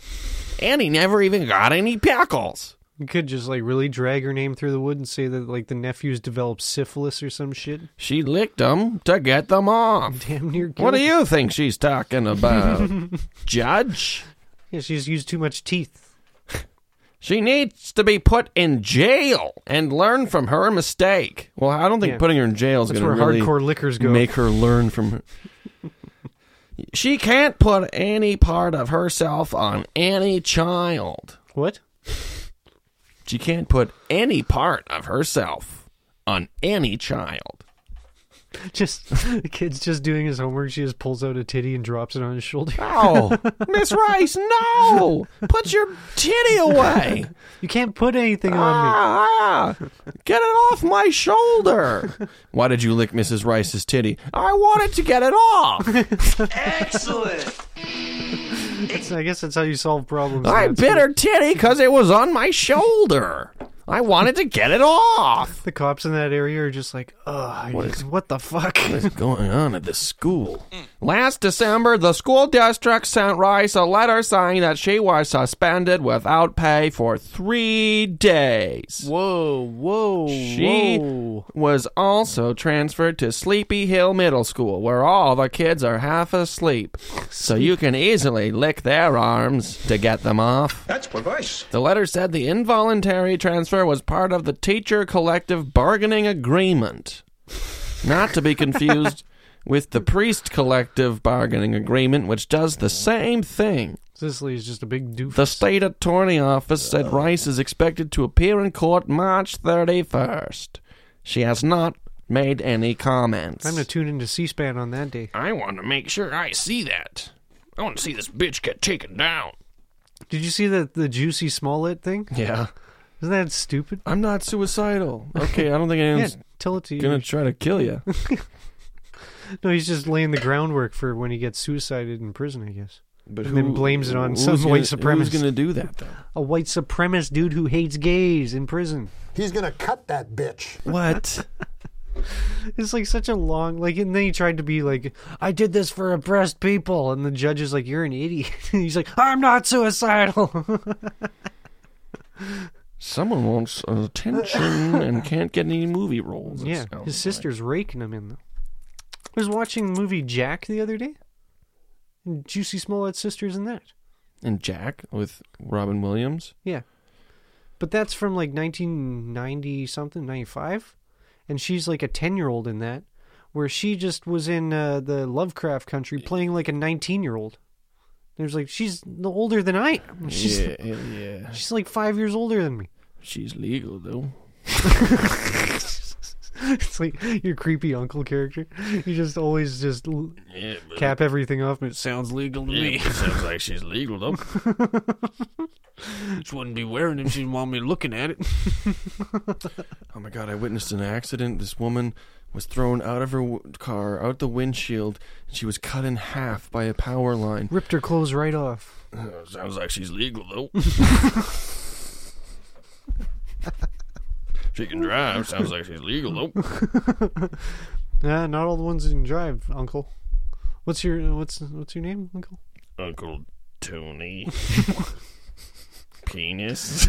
Speaker 5: and he never even got any pickles.
Speaker 4: You could just like really drag her name through the wood and say that like the nephews developed syphilis or some shit.
Speaker 5: She licked them to get them off.
Speaker 4: Damn near.
Speaker 5: What do
Speaker 4: killed.
Speaker 5: you think she's talking about, Judge?
Speaker 4: Yeah, she's used too much teeth.
Speaker 5: She needs to be put in jail and learn from her mistake. Well, I don't think
Speaker 4: Yeah.
Speaker 5: putting her in jail is
Speaker 4: That's
Speaker 5: going to
Speaker 4: where
Speaker 5: really
Speaker 4: hardcore liquors go.
Speaker 5: make her learn from. Her. she can't put any part of herself on any child.
Speaker 4: What?
Speaker 5: She can't put any part of herself on any child.
Speaker 4: Just the kid's just doing his homework. She just pulls out a titty and drops it on his shoulder.
Speaker 5: Oh, Miss Rice, no! Put your titty away.
Speaker 4: you can't put anything
Speaker 5: Ah,
Speaker 4: on me.
Speaker 5: Get it off my shoulder. Why did you lick Mrs. Rice's titty? I wanted to get it off.
Speaker 11: Excellent.
Speaker 4: That's- I guess that's how you solve problems.
Speaker 5: I
Speaker 4: in that
Speaker 5: bit her titty because it was on my shoulder. I wanted to get it off.
Speaker 4: school. The cops in that area are just like, ugh,
Speaker 5: What
Speaker 4: what,
Speaker 5: is-
Speaker 4: what the fuck?
Speaker 5: What is going on at this school? Last December, the school district sent Rice a letter saying that she was suspended without pay for three days.
Speaker 4: Whoa, whoa,
Speaker 5: She was also transferred to Sleepy Hill Middle School, where all the kids are half asleep, so you can easily lick their arms to get them off.
Speaker 11: That's perverse.
Speaker 5: The letter said the involuntary transfer was part of the teacher collective bargaining agreement, not to be confused with the priest collective bargaining agreement, which does the same thing.
Speaker 4: Sicily is just a big doof.
Speaker 5: The state attorney office said Rice is expected to appear in court March 31st. She has not made any comments.
Speaker 4: I'm gonna tune into C-SPAN on that day.
Speaker 5: I want to make sure I see that. I want to see this bitch get taken down.
Speaker 4: Did you see the the juicy Smollett thing?
Speaker 5: Yeah.
Speaker 4: Isn't that stupid?
Speaker 5: I'm not suicidal. Okay, I don't think
Speaker 4: Yeah,
Speaker 5: anyone's
Speaker 4: tell it to you.
Speaker 5: gonna try to kill you.
Speaker 4: No, he's just laying the groundwork for when he gets suicided in prison, I guess.
Speaker 5: But
Speaker 4: and then
Speaker 5: who-
Speaker 4: blames it on
Speaker 5: who's
Speaker 4: some
Speaker 5: gonna-
Speaker 4: white
Speaker 5: who's
Speaker 4: supremacist.
Speaker 5: gonna do that, though?
Speaker 4: A white supremacist dude who hates gays in prison.
Speaker 12: He's gonna cut that bitch.
Speaker 5: What?
Speaker 4: It's like such a long like and then he tried to be like, I did this for oppressed people and the judge is like, You're an idiot. he's like, I'm not suicidal.
Speaker 5: Someone wants attention and can't get any movie roles. it
Speaker 4: yeah.
Speaker 5: sounds
Speaker 4: His sister's raking him in though. I was watching the movie Jack the other day. And Juicy Smollett's sister's in that.
Speaker 5: and Jack with Robin Williams.
Speaker 4: Yeah. But that's from like 1990 something, 95. And she's like a 10 year old in that, where she just was in uh, the Lovecraft country playing like a 19 year old. There's like, she's no older than I am. She's,
Speaker 5: yeah, hell yeah.
Speaker 4: she's like five years older than me.
Speaker 5: She's legal though.
Speaker 4: It's like your creepy uncle character. You just always just l-
Speaker 5: Yeah, but-
Speaker 4: cap everything off, but it sounds legal to me.
Speaker 5: sounds like she's legal though.
Speaker 7: She wouldn't be wearing them. She'd want me looking at it.
Speaker 5: oh my god! I witnessed an accident. This woman was thrown out of her w- car, out the windshield, and she was cut in half by a power line.
Speaker 4: Ripped her clothes right off.
Speaker 5: Uh, sounds like she's legal though. she can drive. Sounds like she's legal though.
Speaker 4: Nah, not all the ones that can drive, uncle. What's your what's what's your name, uncle?
Speaker 5: Uncle Tony. Penis.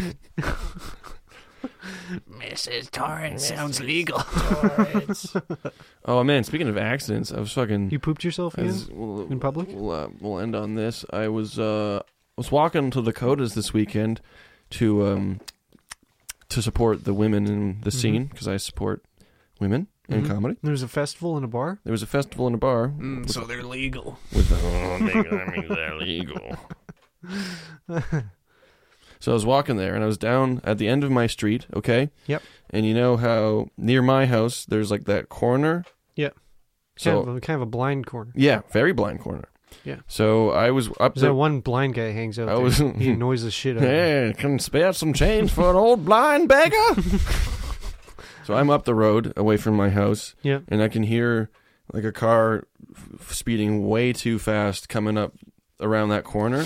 Speaker 7: Mrs. Torrance sounds legal.
Speaker 5: Oh man, speaking of accidents, I was fucking.
Speaker 4: You pooped yourself
Speaker 5: I
Speaker 4: again?
Speaker 5: was- well,
Speaker 4: in public?
Speaker 5: We'll, uh, we'll end on this. I was uh, was walking to Dakotas this weekend to um, to support the women in
Speaker 4: Mm-hmm.
Speaker 5: the scene because I support women in
Speaker 4: Mhm.
Speaker 5: comedy.
Speaker 4: There was a festival in a bar.
Speaker 5: There was a festival in a bar.
Speaker 7: Mm, so they're legal.
Speaker 5: With the, oh, they- I mean, they're legal. So I was walking there and I was down at the end of my street, okay?
Speaker 4: Yep.
Speaker 5: And you know how near my house there's like that corner?
Speaker 4: Yeah.
Speaker 5: So-
Speaker 4: kind, of, a- kind of a blind corner.
Speaker 5: Yeah, very blind corner.
Speaker 4: Yeah.
Speaker 5: So I was up
Speaker 4: There's that
Speaker 5: there.
Speaker 4: one blind guy hangs out.
Speaker 5: I
Speaker 4: there.
Speaker 5: was-
Speaker 4: he annoys the shit out of me.
Speaker 5: Hey, can spare some change for an old blind beggar? so I'm up the road away from my house.
Speaker 4: Yeah.
Speaker 5: And I can hear like a car f- speeding way too fast coming up around that corner.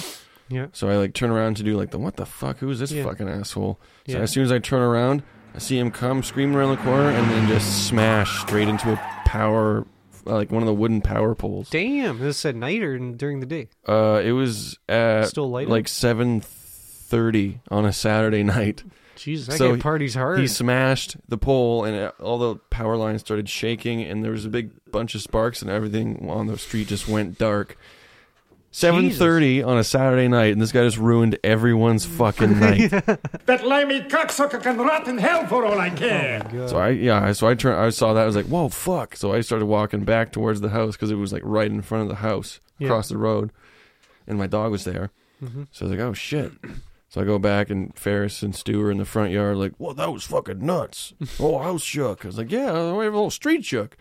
Speaker 4: Yeah.
Speaker 5: So I like turn around to do like the what the fuck? Who's this
Speaker 4: Yeah.
Speaker 5: fucking asshole? So
Speaker 4: Yeah.
Speaker 5: as soon as I turn around, I see him come screaming around the corner and then just smash straight into a power, like one of the wooden power poles.
Speaker 4: Damn, this is at night or in- during the day?
Speaker 5: Uh, it was at
Speaker 4: Still lighting?
Speaker 5: like seven thirty on a Saturday night.
Speaker 4: Jesus, that
Speaker 5: So
Speaker 4: guy parties
Speaker 5: he-
Speaker 4: hard.
Speaker 5: He smashed the pole, and it- all the power lines started shaking, and there was a big bunch of sparks, and everything on the street just went dark. Seven thirty on a Saturday night, and this guy just ruined everyone's fucking night.
Speaker 16: That limey cocksucker can rot in hell for all I care.
Speaker 5: So I yeah, so I turned, I saw that, I was like, whoa, fuck! So I started walking back towards the house because it was like right in front of the house,
Speaker 4: Yeah.
Speaker 5: across the road, and my dog was there.
Speaker 4: Mhm.
Speaker 5: So I was like, oh shit! So I go back and Ferris and Stu are in the front yard, like, whoa, that was fucking nuts! Oh, house shook. I was like, yeah, the whole street shook.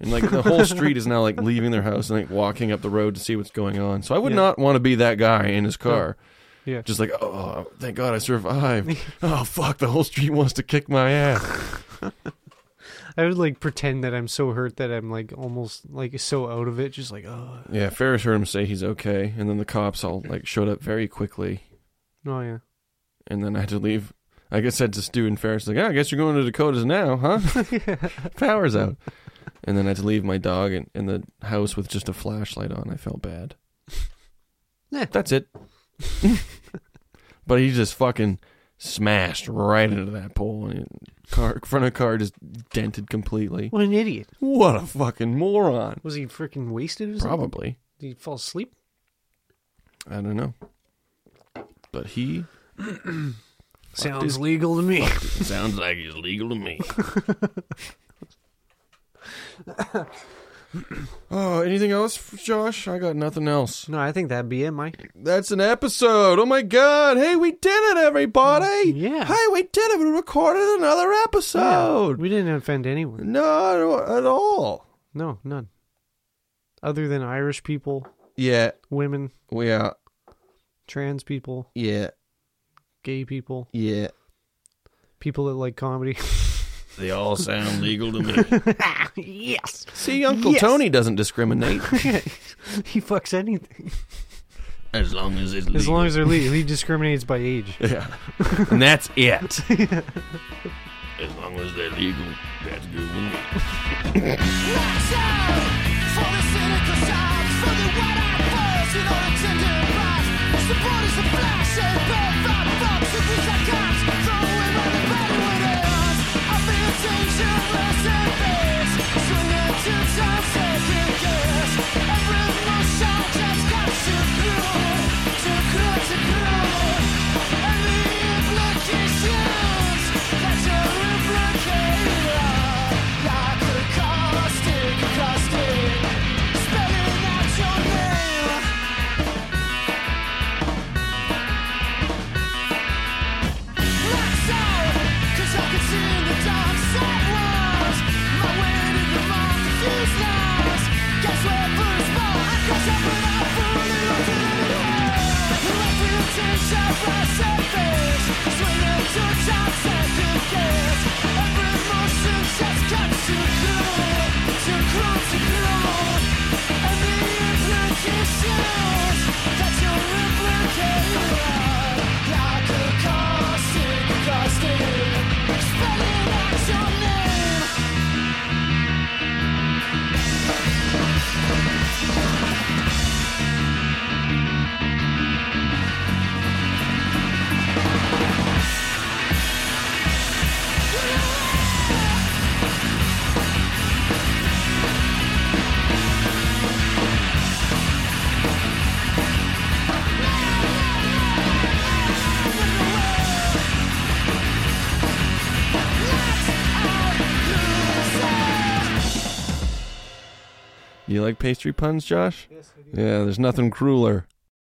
Speaker 5: And like the whole street is now like leaving their house and like walking up the road to see what's going on. So I would
Speaker 4: Yeah.
Speaker 5: not want to be that guy in his car.
Speaker 4: Yeah.
Speaker 5: Just like, oh, thank God I survived. oh, fuck, the whole street wants to kick my ass.
Speaker 4: I would like pretend that I'm so hurt that I'm like almost like so out of it, just like oh
Speaker 5: Yeah, Ferris heard him say he's okay, and then the cops all like showed up very quickly,
Speaker 4: no yeah.
Speaker 5: and then I had to leave. I guess I said to Stu and Ferris, like, oh, I guess you're going to Dakotas now, huh? Power's out. And then I had to leave my dog in, in the house with just a flashlight on. I felt bad.
Speaker 4: Yeah.
Speaker 5: That's it. but he just fucking smashed right into that pole, and it- car front of car just dented completely.
Speaker 4: What an idiot.
Speaker 5: What a fucking moron!
Speaker 4: Was he freaking wasted or something?
Speaker 5: Probably.
Speaker 4: Did he fall asleep?
Speaker 5: I don't know. But he
Speaker 4: Sounds legal to me.
Speaker 5: Sounds like it's legal to me. oh, anything else, Josh? I got nothing else.
Speaker 4: No, I think that'd be it, Mike.
Speaker 5: That's an episode. Oh my god. Hey, we did it, everybody.
Speaker 4: Oh, Yeah.
Speaker 5: Hey, we did it. We recorded another episode.
Speaker 4: We didn't offend anyone.
Speaker 5: No, at all.
Speaker 4: No, none. Other than Irish people,
Speaker 5: Yeah.
Speaker 4: women,
Speaker 5: We are.
Speaker 4: trans people,
Speaker 5: Yeah.
Speaker 4: gay people,
Speaker 5: Yeah.
Speaker 4: people that like comedy.
Speaker 5: They all sound legal to me.
Speaker 4: yes.
Speaker 5: See, Uncle
Speaker 4: Yes.
Speaker 5: Tony doesn't discriminate.
Speaker 4: he fucks anything.
Speaker 5: as long as it's
Speaker 4: As long as they're legal. He discriminates by age.
Speaker 5: Yeah. And that's it. As long as they're legal, that's good with me. You like pastry puns, Josh? Yes, I do. Yeah, there's nothing crueler